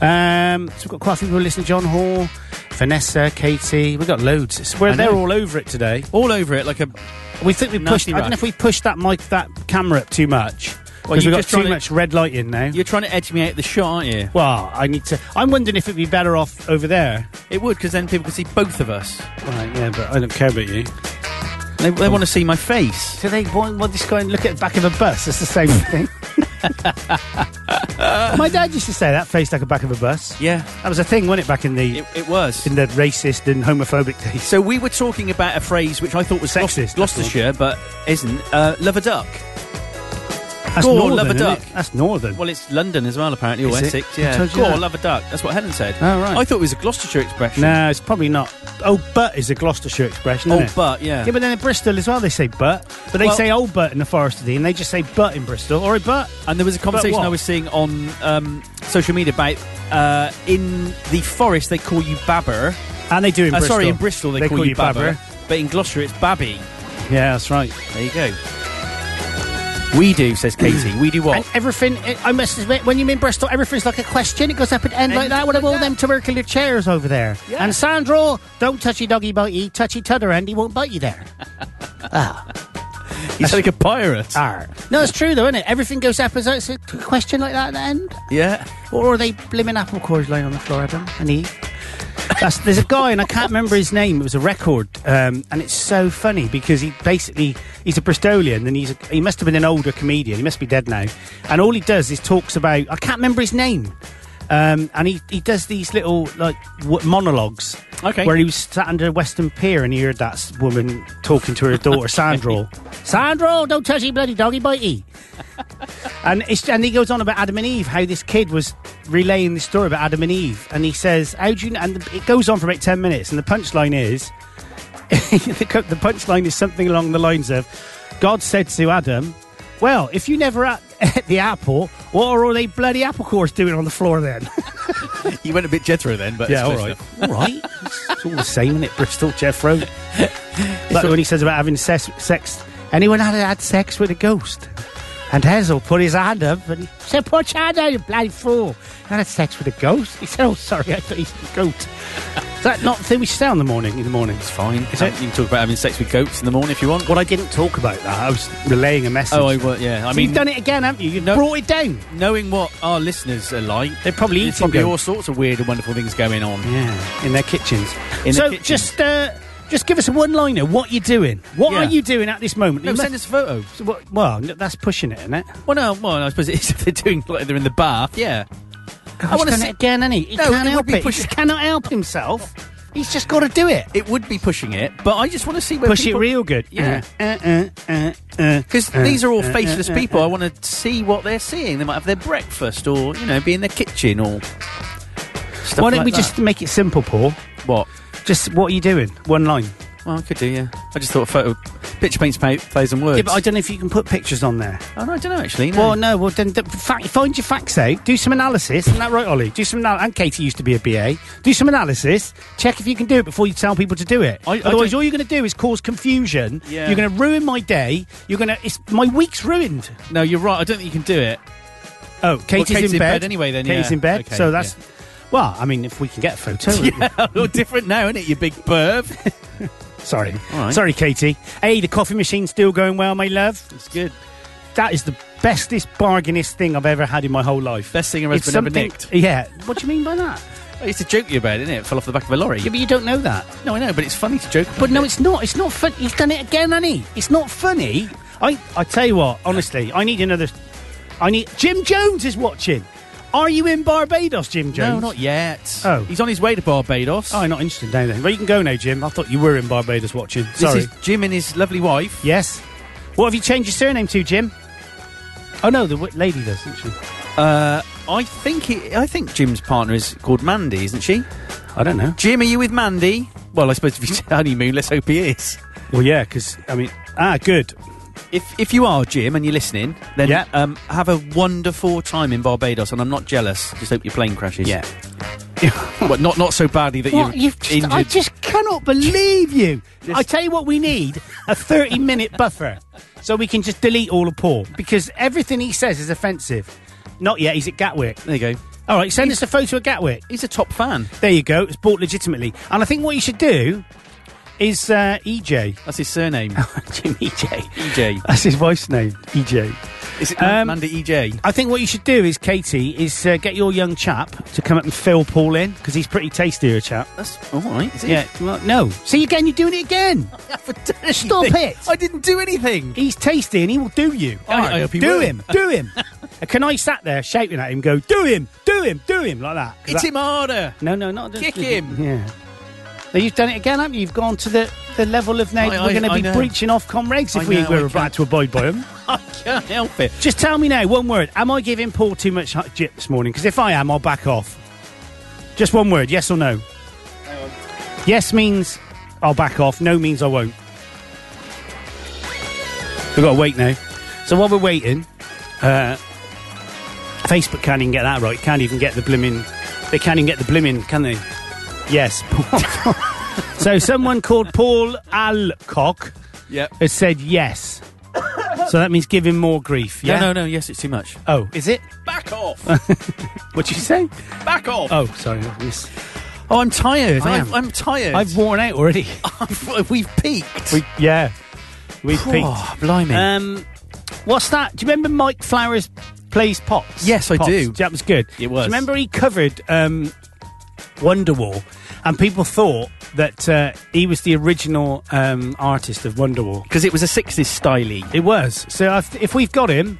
D: Um, so we've got quite a few people listening. John Hall, Vanessa, Katie. We've got loads. It's- we're-
C: I
D: they're
C: know.
D: all over it today.
C: All over it like a.
D: We think we pushed.
C: Nasty
D: I
C: rush.
D: don't know if we pushed that mic, that camera up too much
C: Well,
D: because
C: you
D: we've got
C: just
D: too
C: trying to-
D: much red light in now.
C: You're trying to edge me out the shot, aren't you?
D: Well, I need to. I'm wondering if it'd be better off over there.
C: It would, because then people could see both of us.
D: Right, yeah, but I don't care about you.
C: They, they want to see my face.
D: Do they want, want this guy and look at the back of a bus? It's the same <laughs> thing. My dad used to say that face like a back of a bus.
C: Yeah,
D: That was a thing, wasn't it, back in the
C: it, it was.
D: in the racist and homophobic days?
C: So we were talking about a phrase which I thought was Glos-
D: Sexist, that's
C: Gloucestershire, but isn't. Uh, love a duck.
D: That's
C: Gore,
D: northern.
C: love a
D: isn't it?
C: duck.
D: That's northern.
C: Well, it's London as well, apparently, or
D: Is it?
C: Essex.
D: Who
C: Yeah.
D: told you
C: Gore,
D: that?
C: love a duck. That's what Helen said.
D: Oh, right.
C: I thought it was a Gloucestershire expression.
D: no, it's probably not. Oh, but is a Gloucestershire expression.
C: Oh,
D: isn't it?
C: but yeah.
D: Yeah, but then in Bristol as well, they say but. But they
C: Well-
D: say old but in the Forest of Dean. They just say but in Bristol. All right, but.
C: And there was a conversation
D: what?
C: I was seeing on um, social media about uh, in the forest they call you babber.
D: And they do in
C: Uh,
D: Bristol.
C: sorry, in Bristol they, call, you babber, but in Gloucester it's babby.
D: Yeah, that's right.
C: There you go. We do, says Katie. we do what?
D: And everything, eh, I- I must admit, when you mean Bristol, everything's like a question. It goes up and end like that. What about all them tubercular chairs over there? And Sandro, don't touchy doggy bitey, touchy tudder end, he won't bite you there.
C: <laughs> He's like a pirate.
D: Arr. No, it's true though, isn't it? Everything goes up as a, it's a question like that at the end.
C: yeah.
D: Or are they blimmin' apple cores lying on the floor, Adam? And he. That's, there's a guy, and I can't remember his name. It was a record, um, and it's so funny because he basically he's a Bristolian, and he's a, he must have been an older comedian. He must be dead now, and all he does is talks about I can't remember his name, um, and he, he does these little like w- monologues.
C: Okay.
D: Where he was sat under Western Pier and he heard that s- woman talking to her daughter, Sandro. Sandro, don't touch your bloody doggy bitey. And, it's, and he goes on about Adam and Eve, how this kid was relaying the story about Adam and Eve, and he says, "How do you?" Know? And the, it goes on for about ten minutes, and the punchline is, <laughs> the, co- the punchline is something along the lines of, "God said to Adam, well, if you never at <laughs> the apple, what are all they bloody apple cores doing on the floor then?"
C: He went a bit Jethro then, but it's close enough.
D: all right. It's, <laughs> it's all the same, isn't it? Bristol,
C: <laughs>
D: Jeff Road. like when he says about having ses- sex. Anyone had had sex with a ghost? And Hazel put his hand up and he said, "Put your hand down, you bloody fool! You had sex with a ghost." He said, "Oh, sorry, I thought he said goat." Is that not the thing we say on the morning? In the morning,
C: It's fine. Um,
D: Is it?
C: You can talk about having sex with goats in the morning if you want.
D: Well, I didn't talk about that. I was relaying a message.
C: Oh, I well, yeah. I
D: So
C: mean,
D: you've done it again, haven't you? You've
C: No.
D: brought it down.
C: knowing what our listeners are like,
D: They're probably
C: there's
D: eating
C: probably
D: goat.
C: all sorts of weird and wonderful things going on.
D: Yeah, in their kitchens.
C: In
D: so
C: their kitchens.
D: just uh, just give us a one-liner. What you doing? What
C: Yeah.
D: are you doing at this moment?
C: No,
D: You
C: send
D: must-
C: us a photo.
D: Well, well, no, that's pushing it, isn't it?
C: Well, no, well, I suppose it is <laughs> if they're doing like they're in the bath. Yeah,
D: I
C: wanna
D: want to
C: see-
D: it again, isn't he? He
C: No,
D: can't
C: it
D: help
C: would be
D: it. He
C: pushing-
D: just cannot help himself. He's just got to do it.
C: it would be pushing it, but I just want to see where
D: Push it
C: people-
D: real good.
C: Yeah.
D: Uh, uh, uh, uh,
C: Because these are all faceless people. I want to see what they're seeing. They might have their breakfast or, you know, be in their kitchen or stuff
D: Why don't
C: like
D: we
C: that.
D: just make it simple, Paul?
C: What?
D: Just what are you doing? One line.
C: Well, I could do, yeah. I just thought a photo... Picture paints pa- thousand words.
D: Yeah, but I don't know if you can put pictures on there.
C: Oh, no, I don't know, actually. No.
D: Well, no. Well, then th- fact, find your facts out. Do some analysis. Isn't that right, Ollie? Do some analysis. And Katie used to be a BA. Do some analysis. Check if you can do it before you tell people to do it.
C: I- I
D: Otherwise,
C: don't-
D: all you're going to do is cause confusion.
C: Yeah.
D: You're going to ruin my day. You're going to. It's my week's ruined.
C: no, you're right. I don't think you can do it.
D: Oh, Katie's,
C: Katie's
D: in,
C: in
D: bed.
C: bed anyway then,
D: Katie's
C: yeah.
D: in bed.
C: Okay,
D: so that's. Well, I mean, if we can get
C: <laughs>
D: a photo.
C: yeah, a little different now, isn't it, you big perv? <laughs>
D: Sorry.
C: All right.
D: Sorry, Katie. Hey, the coffee machine's still going well, my love.
C: It's good.
D: That is the bestest bargainist thing I've ever had in my whole life.
C: Best thing her husband ever nicked.
D: Yeah. What do you mean by that?
C: I used to joke you about it, innit? It fell off the back of a lorry.
D: Yeah, but you don't know that.
C: No, I know, but it's funny to joke
D: But
C: about
D: no,
C: it.
D: it's not. It's not fun. He's done it again, honey. It's not funny I I tell you what, honestly, I need another. I need Jim Jones is watching. Are you in Barbados, Jim Jones?
C: No, not yet.
D: Oh.
C: He's on his way to Barbados.
D: Oh, not interested now then. Well, you can go now, Jim. I thought you were in Barbados watching.
C: this
D: Sorry.
C: is Jim and his lovely wife.
D: Yes. What have you changed your surname to, Jim? Oh no, the w- lady does, doesn't she?
C: Uh, I think he, I think Jim's partner is called Mandy, isn't she?
D: I don't know.
C: Jim, are you with Mandy? Well, I suppose if you <laughs> honeymoon, let's hope he is.
D: Well, yeah, because I mean, ah, good.
C: If if you are Jim and you're listening, then
D: Yeah.
C: um, have a wonderful time in Barbados, and I'm not jealous. Just hope your plane crashes. <laughs>
D: Yeah.
C: but not not so badly that
D: What
C: you're
D: you've just,
C: injured.
D: I just cannot believe you. I tell you what, we need a thirty-minute buffer so we can just delete all of Paul because everything he says is offensive. Not yet. He's at Gatwick.
C: There you go.
D: All right, send us a photo of Gatwick.
C: He's a top fan.
D: There you go. It's bought legitimately, and I think what you should do is uh, EJ.
C: That's his surname.
D: Jim EJ.
C: EJ.
D: That's his wife's name, EJ.
C: Is it
D: Um,
C: Mandy E EJ?
D: I think what you should do is, Katie, is uh, get your young chap to come up and fill Paul in because he's pretty tasty, a chap.
C: That's all right. Is it? <laughs>
D: Yeah, well, no. See, again, you're doing it again. Stop it.
C: I didn't do anything.
D: He's tasty and he will do you.
C: I- I hope Oh, he
D: do
C: will.
D: him, do him. <laughs> And Can I sat there shouting at him, go, do him, do him, do him, like that? 'Cause
C: Hit
D: that-
C: him harder.
D: No, no, not
C: Kick him.
D: Yeah. Now you've done it again, haven't you? You've gone to the, the level of now
C: I- I-
D: we're going to
C: I
D: be
C: know.
D: breaching off comregs
C: I
D: if we
C: know, I
D: were
C: can't-
D: about to abide by
C: <laughs>
D: them.
C: I can't help it.
D: Just tell me now, one word. Am I giving Paul too much hu- jip this morning? Because if I am, I'll back off. Just one word, yes or no? Yes means I'll back off, no means I won't. We've got to wait now. So while we're waiting, uh, Facebook can't even get that right. Can't even get the blimmin'. They can't even get the blimmin', can they? Yes. <laughs> so someone called Paul Alcock
C: Yep.
D: has said yes. So that means give him more grief. Yeah.
C: No, no, no. Yes, it's too much.
D: Oh, is it?
C: Back off.
D: What'd you say?
C: Back off.
D: Oh, sorry. I mis-
C: Oh, I'm tired.
D: I
C: I
D: am.
C: I'm tired.
D: I've worn out already.
C: I've, we've peaked.
D: we, yeah. We've peaked.
C: Oh, blimey.
D: Um, what's that? Do you remember Mike Flowers plays Pops?
C: Yes, I
D: Pops.
C: do.
D: That was good.
C: It was.
D: Do you remember he covered um, Wonderwall and people thought that uh, he was the original um, artist of Wonderwall?
C: Because it was a 60s styley.
D: It was. So if, if we've got him.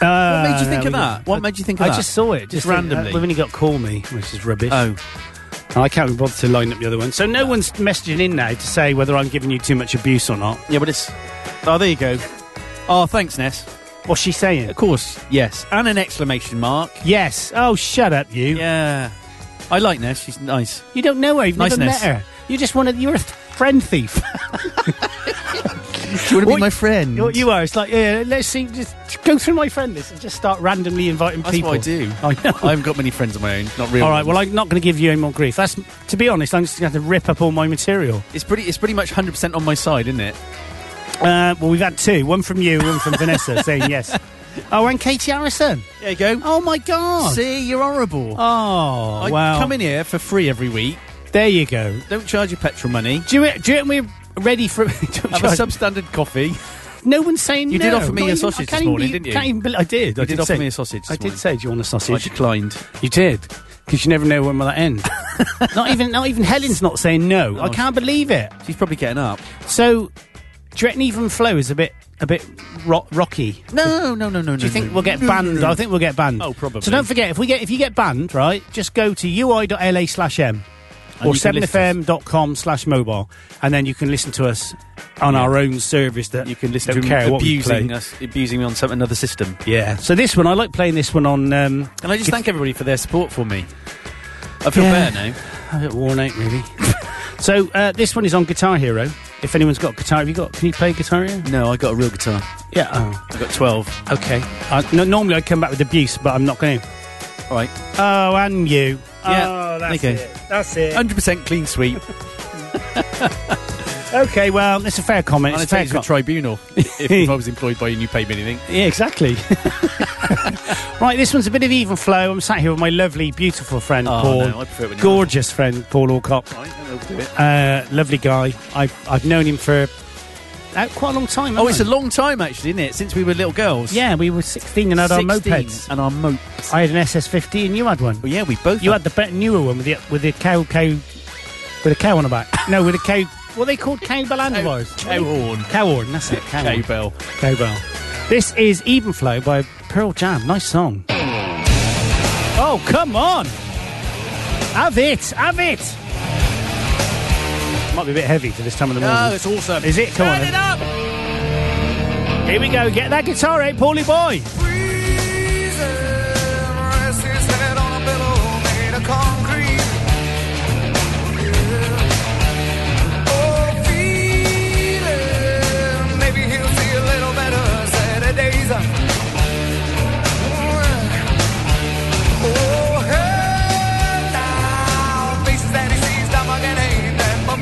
D: Uh,
C: What made you
D: no,
C: think
D: we
C: of that?
D: don't.
C: What made you think of
D: I
C: that?
D: just saw it.
C: Just
D: in-
C: randomly.
D: Uh, we've only got Call Me, which is rubbish.
C: Oh,
D: And I can't be bothered to line up the other one. So no one's messaging in now to say whether I'm giving you too much abuse or not.
C: yeah, but it's. Oh, there you go. Oh, thanks, Ness.
D: What's she saying?
C: Of course, yes. And an exclamation mark.
D: Yes. Oh, shut up, you.
C: Yeah. I like Ness. She's nice.
D: You don't know her. You've never met
C: Niceness.
D: her. You're just one of you're a th- friend thief. <laughs>
C: Do you want
D: What-
C: friend?
D: you, you are. It's like yeah. Let's see. Just go through my friend list and just start randomly inviting
C: That's
D: people.
C: what I do.
D: I know.
C: I haven't got many friends of my own. Not really.
D: All right. Well, I'm not going to give you any more grief. That's to be honest. I'm just going to have to rip up all my material.
C: it's pretty. It's pretty much 100 percent on my side, isn't it?
D: Uh, well, we've had two. One from you. One from
C: <laughs>
D: Vanessa saying yes. Oh, and Katie Harrison.
C: There you go.
D: Oh my God.
C: See, you're horrible.
D: Oh
C: I
D: wow.
C: come in here for free every week.
D: There you go.
C: Don't charge your petrol money.
D: Do you, do you reckon we're ready for? <laughs> Don't
C: Have
D: try-
C: a substandard coffee.
D: no one's saying
C: You
D: no.
C: did offer me
D: Not
C: a
D: even-
C: sausage
D: I
C: this
D: can't even
C: morning,
D: be-
C: didn't you?
D: Can't even, bel- I did. I
C: You did offer
D: say-
C: me a sausage this
D: I did
C: morning.
D: say, do you want a
C: I
D: sausage?
C: declined.
D: you did, because you never know when will
C: <laughs>
D: that end. not even, not even Helen's not saying no. I
C: she-
D: can't believe it.
C: She's probably getting up.
D: So, do you reckon even flow is a bit, a bit ro- rocky?
C: No, no, no, no.
D: Do you think we'll get banned? I think we'll get banned.
C: Oh, probably.
D: So don't forget, if we get, if you get banned, right, just go to ui.la slash m or
C: you can list us.
D: 7fm.com slash mobile, and then you can listen to us on our own service that
C: You can listen
D: don't
C: to
D: care
C: him
D: what we
C: abusing
D: play.
C: us, abusing me on some another system.
D: Yeah. So this one, I like playing this one on. Um,
C: And I just thank everybody for their support for me. I feel
D: Yeah.
C: better now.
D: I got worn
C: <laughs>
D: out really. so uh, this one is on Guitar Hero. If anyone's got guitar, have you got? Can you play Guitar Hero?
C: No, I got a real guitar.
D: Yeah. Oh,
C: I got 12.
D: okay. I, no, normally I come back with abuse, but I'm not going to.
C: All right.
D: Oh, and you.
C: Yeah.
D: Oh, that's
C: Okay.
D: it. That's it.
C: 100% clean sweep.
D: Okay, well, it's a fair comment.
C: And I
D: It's a fair
C: take it to a <laughs>
D: com-
C: tribunal if, if I was employed by you and you paid me anything.
D: yeah, exactly. <laughs> right, this one's a bit of even flow. I'm sat here with my lovely, beautiful friend
C: Oh,
D: Paul.
C: no, I prefer it when you're
D: Gorgeous friend Paul Alcock. Uh, lovely guy. I've I've known him for uh, quite a long time.
C: Oh,
D: haven't
C: it's
D: I?
C: a long time actually, isn't it? Since we were little girls.
D: yeah. We were 16 and had our
C: 16
D: mopeds.
C: And our moped.
D: I had an SS50 and you had one.
C: Well, yeah, we both.
D: You had the better, newer one with the with the cow cow with a cow on the back. No, with a cow. what are they called? Cowbell Andivores?
C: Cowhorn.
D: Cowhorn, that's it. Cowhorn.
C: Cowbell.
D: Cowbell. This is Even Flow by Pearl Jam. Nice song. Oh, come on! Have it! Have it! Might be a bit heavy for this time of the morning.
C: No, it's awesome.
D: Is it? Come
C: Turn
D: on
C: it up!
D: then. Here we go. Get that guitar out, Paulie boy.
E: Uh,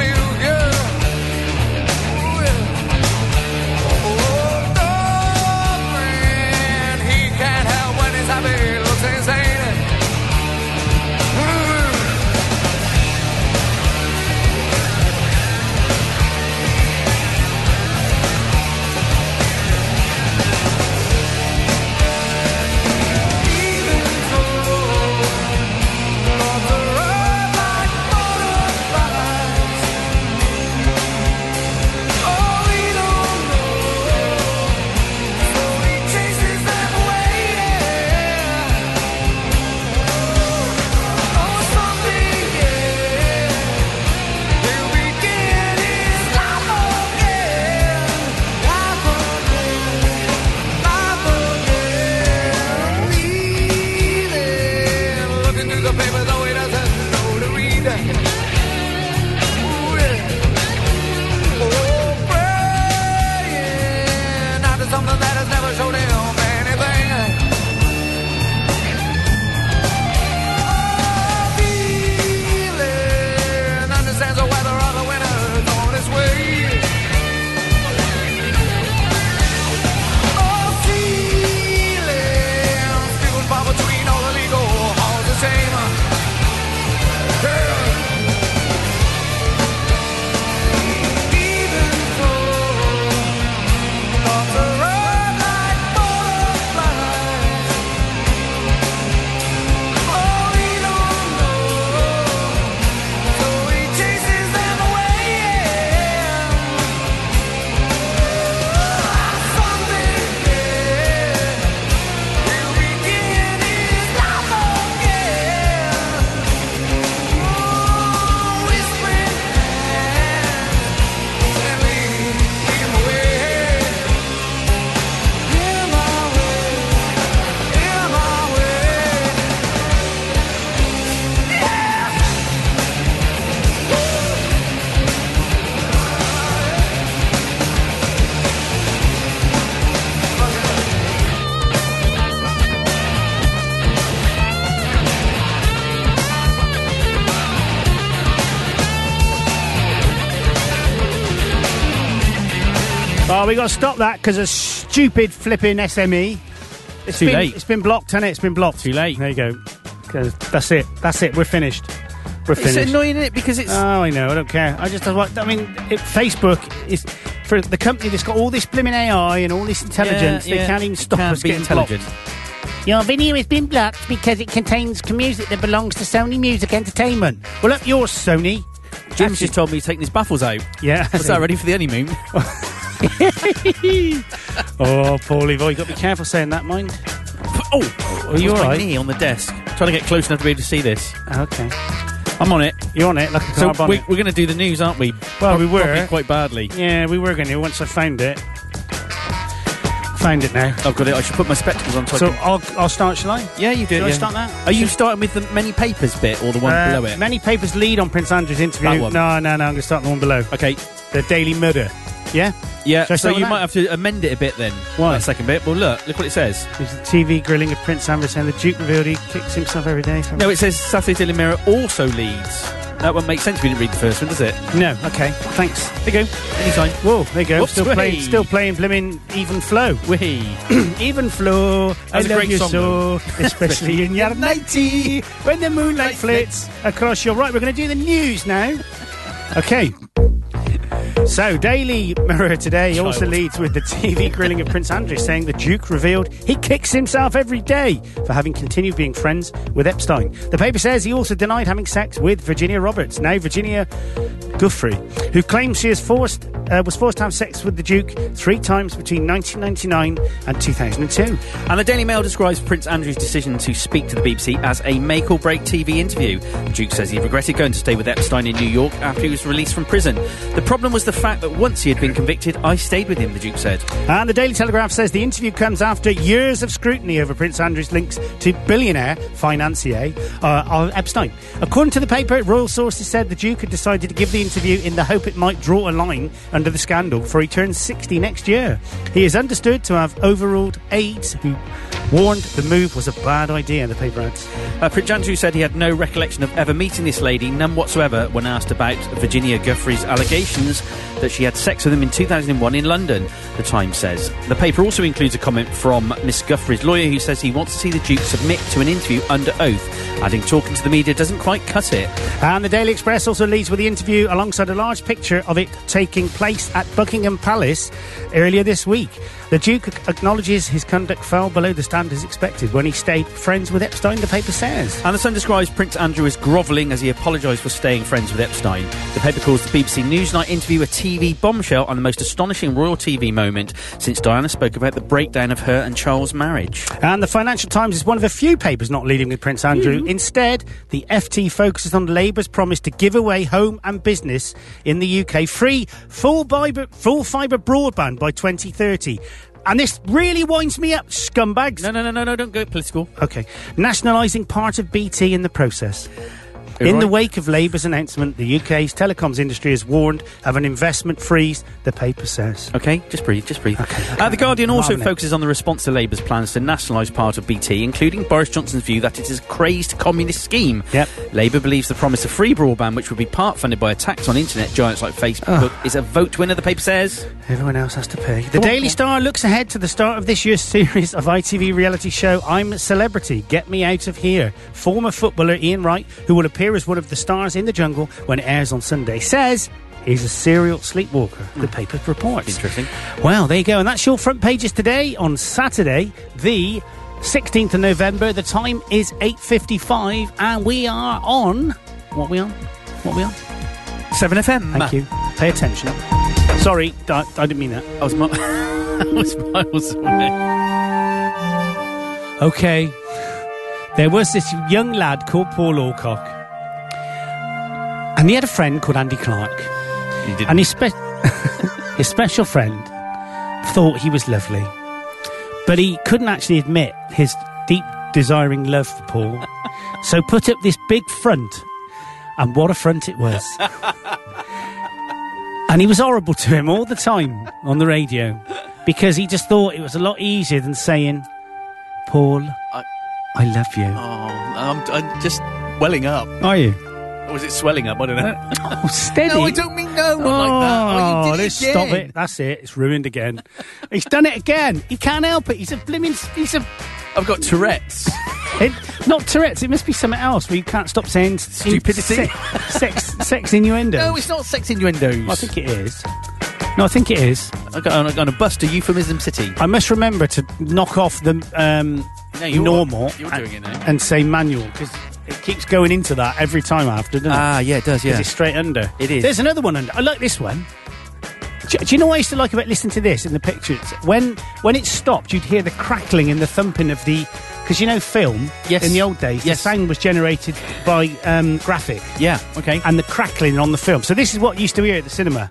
E: oh,
G: Something that has never shown him anything. feeling understands the weather of the winter's on its way. Oh, feeling feels far between all the legal halls the same. Yeah. Even though thoughts are run like butterflies. Oh, we don't know. So he chases them away. Someday, he'll begin his life again. Oh, whispering hands and lead him away, him away, him away.
D: Oh, we got to stop that because a stupid flipping SME. It's
C: Too
D: been,
C: late.
D: It's been blocked, and it? has been blocked.
C: Too late.
D: There you go. 'Cause that's it. That's it. We're finished. We're
C: It's
D: finished.
C: annoying, isn't it? Because it's.
D: Oh, I know. I don't care. I just don't want. I mean, it, Facebook is for the company that's got all this blimmin' AI and all this intelligence. they
C: yeah,
D: can't even
C: it
D: stop
C: can't
D: us
C: be
D: getting
C: intelligent.
D: blocked. Your video has been blocked because it contains music that belongs to Sony Music Entertainment. Well, up yours, Sony.
C: Jim's just told me he's taking his baffles <laughs> out.
D: Yeah.
C: Was that ready for the honeymoon?
D: <laughs> oh, Paulie, boy, you got to be careful saying that, mind.
C: <laughs> oh,
D: you
C: what's
D: all
C: my
D: right?
C: knee on the desk. Trying to get close enough to be able to see this.
D: Okay.
C: I'm on it.
D: You're on it like a
C: So
D: car
C: we,
D: bonnet.
C: we're going to do the news, aren't we?
D: Well, we
C: Pro- probably
D: were.
C: quite badly.
D: yeah, we were going to once I found it. Found it now.
C: I've got it. I should put my spectacles on. So,
D: So
C: I can-
D: I'll, I'll start, shall I?
C: yeah, you do. it,
D: Shall I
C: yeah.
D: start that?
C: Are you starting with the many papers bit or the one
D: Uh,
C: below it?
D: Many papers lead on Prince Andrew's interview.
C: That one.
D: No, no, no. I'm going to start the one below.
C: okay.
D: The Daily Murder. Yeah.
C: Yeah.
D: Shall
C: So
D: I
C: you
D: start with
C: might
D: that?
C: have to amend it a bit then.
D: Why?
C: That second bit. Well, look, look what it says.
D: There's the TV grilling of Prince Andrew saying the Duke revealed he kicks himself every day.
C: No, it says Saturday Daily Mirror also leads. That one makes sense. if We didn't read the first one, does it?
D: no. Okay. Thanks.
C: There you go. Anytime.
D: Whoa, there you go.
C: Whoops,
D: still
C: whey.
D: playing, still playing, blimmin' even flow,
C: Wee.
D: even flow. I
C: was a
D: love
C: great
D: you
C: song,
D: so, especially
C: <laughs>
D: in your nighty when the moonlight flits across your right. We're going to do the news now. Okay. So, Daily Mirror today also
C: Child.
D: leads with the TV grilling of Prince Andrew, saying the Duke revealed he kicks himself every day for having continued being friends with Epstein. The paper says he also denied having sex with Virginia Roberts. Now, Virginia Guthrie, who claims she is forced, uh, was forced to have sex with the Duke three times between 1999 and 2002.
C: And the Daily Mail describes Prince Andrew's decision to speak to the BBC as a make or break TV interview. The Duke says he regretted going to stay with Epstein in New York after he was released from prison. The problem was the fact that once he had been convicted, I stayed with him, the Duke said.
D: And the Daily Telegraph says the interview comes after years of scrutiny over Prince Andrew's links to billionaire financier uh, uh, Epstein. According to the paper, royal sources said the Duke had decided to give the interview in the hope it might draw a line under the scandal before he turns 60 next year. He is understood to have overruled aides who warned the move was a bad idea, the paper adds.
C: Uh, Prince Andrew said he had no recollection of ever meeting this lady, none whatsoever, when asked about Virginia Guffrey's allegations that she had sex with him in 2001 in London, the Times says. The paper also includes a comment from Miss Guffrey's lawyer who says he wants to see the Duke submit to an interview under oath, adding talking to the media doesn't quite cut it.
D: And the Daily Express also leads with the interview alongside a large picture of it taking place at Buckingham Palace earlier this week. The Duke acknowledges his conduct fell below the standards expected when he stayed friends with Epstein, the paper says.
C: And the Sun describes Prince Andrew as grovelling as he apologised for staying friends with Epstein. The paper calls the BBC Newsnight interview a TV bombshell and the most astonishing royal TV moment since Diana spoke about the breakdown of her and Charles' marriage.
D: And the Financial Times is one of a few papers not leading with Prince Andrew. Instead, the FT focuses on Labour's promise to give away home and business in the UK free full fibre full fibre broadband by 2030. And this really winds me up, scumbags.
C: No, no, no, no, no, don't go political.
D: Okay. Nationalising part of BT in the process.
C: You're
D: in the
C: right.
D: wake of Labour's announcement, the UK's telecoms industry is warned of an investment freeze, the paper says.
C: Okay, just breathe, just breathe. Uh, the Guardian also
D: Marvellous.
C: focuses on the response to Labour's plans to nationalise part of BT, including Boris Johnson's view that it is a crazed communist scheme.
D: Yep.
C: Labour believes the promise of free broadband, which would be part funded by a tax on internet giants like Facebook, is a vote winner, the paper says.
D: Everyone else has to pay. The Daily Star looks ahead to the start of this year's <laughs> series of ITV reality show I'm a Celebrity, Get Me Out of Here. Former footballer Ian Wright, who will appear as one of the stars in the jungle when it airs on Sunday, says he's a serial sleepwalker, the paper reports.
C: Hmm. Interesting.
D: Well, there you go. And that's your front pages today on Saturday, the 16th of November. The time is 8.55 and we are on... What we on? What we on?
C: 7FM.
D: Thank you. Pay attention. Sorry, I, I didn't mean that.
C: That was, <laughs> my, that was miles away.
D: Okay. There was this young lad called Paul Alcock. And he had a friend called Andy Clark.
C: You didn't.
D: And his, spe- <laughs> his special friend thought he was lovely. But he couldn't actually admit his deep desiring love for
J: <laughs>
D: Paul. so put up this big front. And what a front it
J: <laughs>
D: was. and he was horrible to him all the time on the radio because he just thought it was a lot easier than saying, Paul, I,
J: I-
D: love you.
J: Oh, I'm, I'm just welling up.
D: Are you?
J: Or was it swelling up? I don't
C: Uh,
J: know.
D: Oh, steady.
J: No, I don't mean
C: Oh,
J: no. Not like that. Oh,
D: Oh,
J: you did
D: let's
J: again.
D: stop it. That's it. It's ruined again. he's done it again. He can't help it. He's a blimmin'. s- He's a.
J: I've got Tourette's.
D: It, not Tourette's. It must be something else where you can't stop saying s-
J: Stupidity.
D: se- <laughs> sex, sex innuendo.
J: no, it's not sex innuendos.
D: I think it is. No, I think it is.
C: I'm going to bust a euphemism city.
D: I must remember to knock off the um,
J: No, you're-
D: normal
J: you're
D: and,
J: doing it now.
D: and say manual because it keeps going into that every time after, doesn't it?
C: Ah, yeah, it does, yeah.
D: Because it's straight under.
C: It is.
D: There's another one under. I like this one. Do, do you know what I used to like about listening to this in the pictures? When when it stopped, you'd hear the crackling and the thumping of the. Because you know, film
C: Yes.
D: in the old days,
C: Yes.
D: the sound was generated by um, graphic
C: Yeah, okay.
D: and the crackling on the film. So this is what you used to hear at the cinema.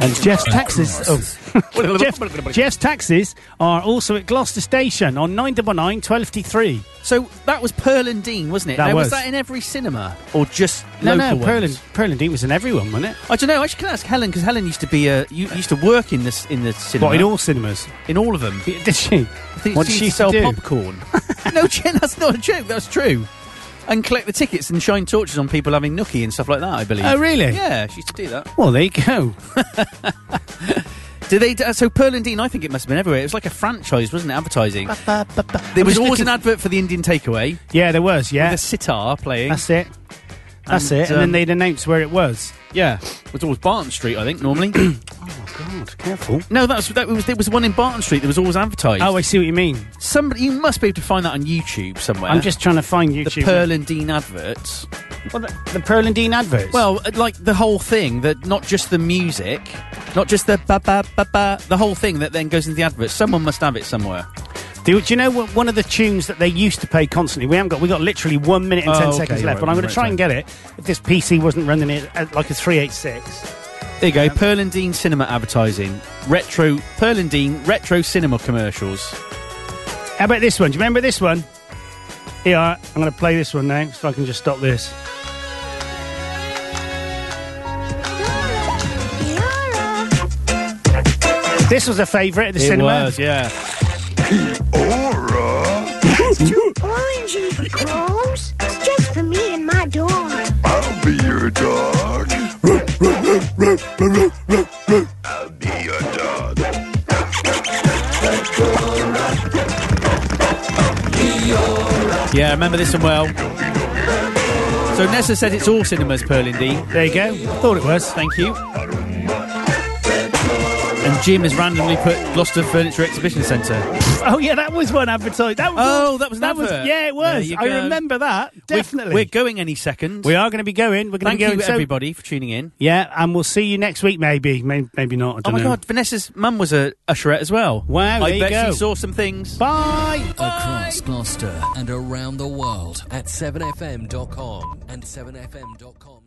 D: And Jeff's taxes. Oh. Jeff, Jeff's taxes are also at Gloucester Station on 999 1253.
C: So that was Pearl and Dean, wasn't it?
D: That
C: now, was.
D: was.
C: that in every cinema or just
D: No,
C: local
D: no,
C: ones?
D: Pearland, Pearland Dean was in everyone, wasn't it?
C: I don't know. Actually, can I ask Helen because Helen used to be a you used to work in this in the cinema
D: What, in all cinemas? <laughs>
C: in all of them.
D: Did she?
C: I think
D: What did
C: she
D: she
C: used to sell
D: do?
C: popcorn. <laughs> no, Jen, that's not a joke. That's true. And collect the tickets and shine torches on people having nookie and stuff like that. I believe.
D: Oh, really?
C: Yeah, she used to do that.
D: Well, there you go.
C: Did they? d- So Pearl and Dean, I think it must have been everywhere. It was like a franchise, wasn't it? Advertising. There was always an advert for the Indian takeaway.
D: Yeah, there was. Yeah,
C: The sitar playing.
D: that's it. That's
C: And,
D: it. And
C: um,
D: then they'd announce where it was.
C: Yeah, it's always Barton Street, I think.
D: <clears throat>
C: Normally,
D: God, careful.
C: no, that's that was there was one in Barton Street that was always advertised.
D: Oh, I see what you mean.
C: somebody you must be able to find that on YouTube somewhere.
D: I'm just trying to find
C: the
D: YouTube.
C: Pearl and Dean adverts.
D: well, the, the Pearl and Dean adverts.
C: Well, uh, like the whole thing that not just the music, not just the ba ba ba ba, the whole thing that then goes into the adverts. Someone must have it somewhere.
D: do, do you know what? One of the tunes that they used to play constantly. We haven't got. We got literally one minute and
C: Oh,
D: ten
C: okay,
D: seconds
C: you're
D: left.
C: right,
D: but I'm
C: you're
D: going
C: right,
D: to try and
C: sorry.
D: get it. If this PC wasn't running it at like a three eight six.
C: There you go, Pearl and Dean cinema advertising, retro Pearl and Dean retro cinema commercials.
D: How about this one? Do you remember this one? Here, I'm going to play this one now, so I can just stop this. This was a favourite at the cinema.
C: yeah.
K: That's too orangey, Crows. It's just for me and my dog.
L: I'll be your dog. I'll be your dog.
C: Yeah, I remember this one well. So Nessa said it's all cinemas, Pearl and Dean.
D: There you go. Thought it was.
C: Thank you. And Jim has randomly put Gloucester Furniture Exhibition Centre.
D: Oh yeah, that was one advertised. That was
C: Oh, that was an
D: that was
C: advert.
D: yeah, it
C: There
D: was.
C: you
D: I
C: go.
D: remember that
C: We're-
D: definitely.
C: We're, going any second.
D: We are going to be going. We're going
C: Thank
D: to be going.
C: you,
D: so-
C: everybody, for tuning in.
D: Yeah, and we'll see you next week. Maybe, maybe, maybe not. I
C: Oh
D: don't
C: my
D: know.
C: God, Vanessa's mum was a usherette as well.
D: Wow,
C: I
D: there you
C: bet
D: go.
C: she saw some things.
D: Bye.
A: Across Gloucester and around the world at 7fm.com and 7fm.com.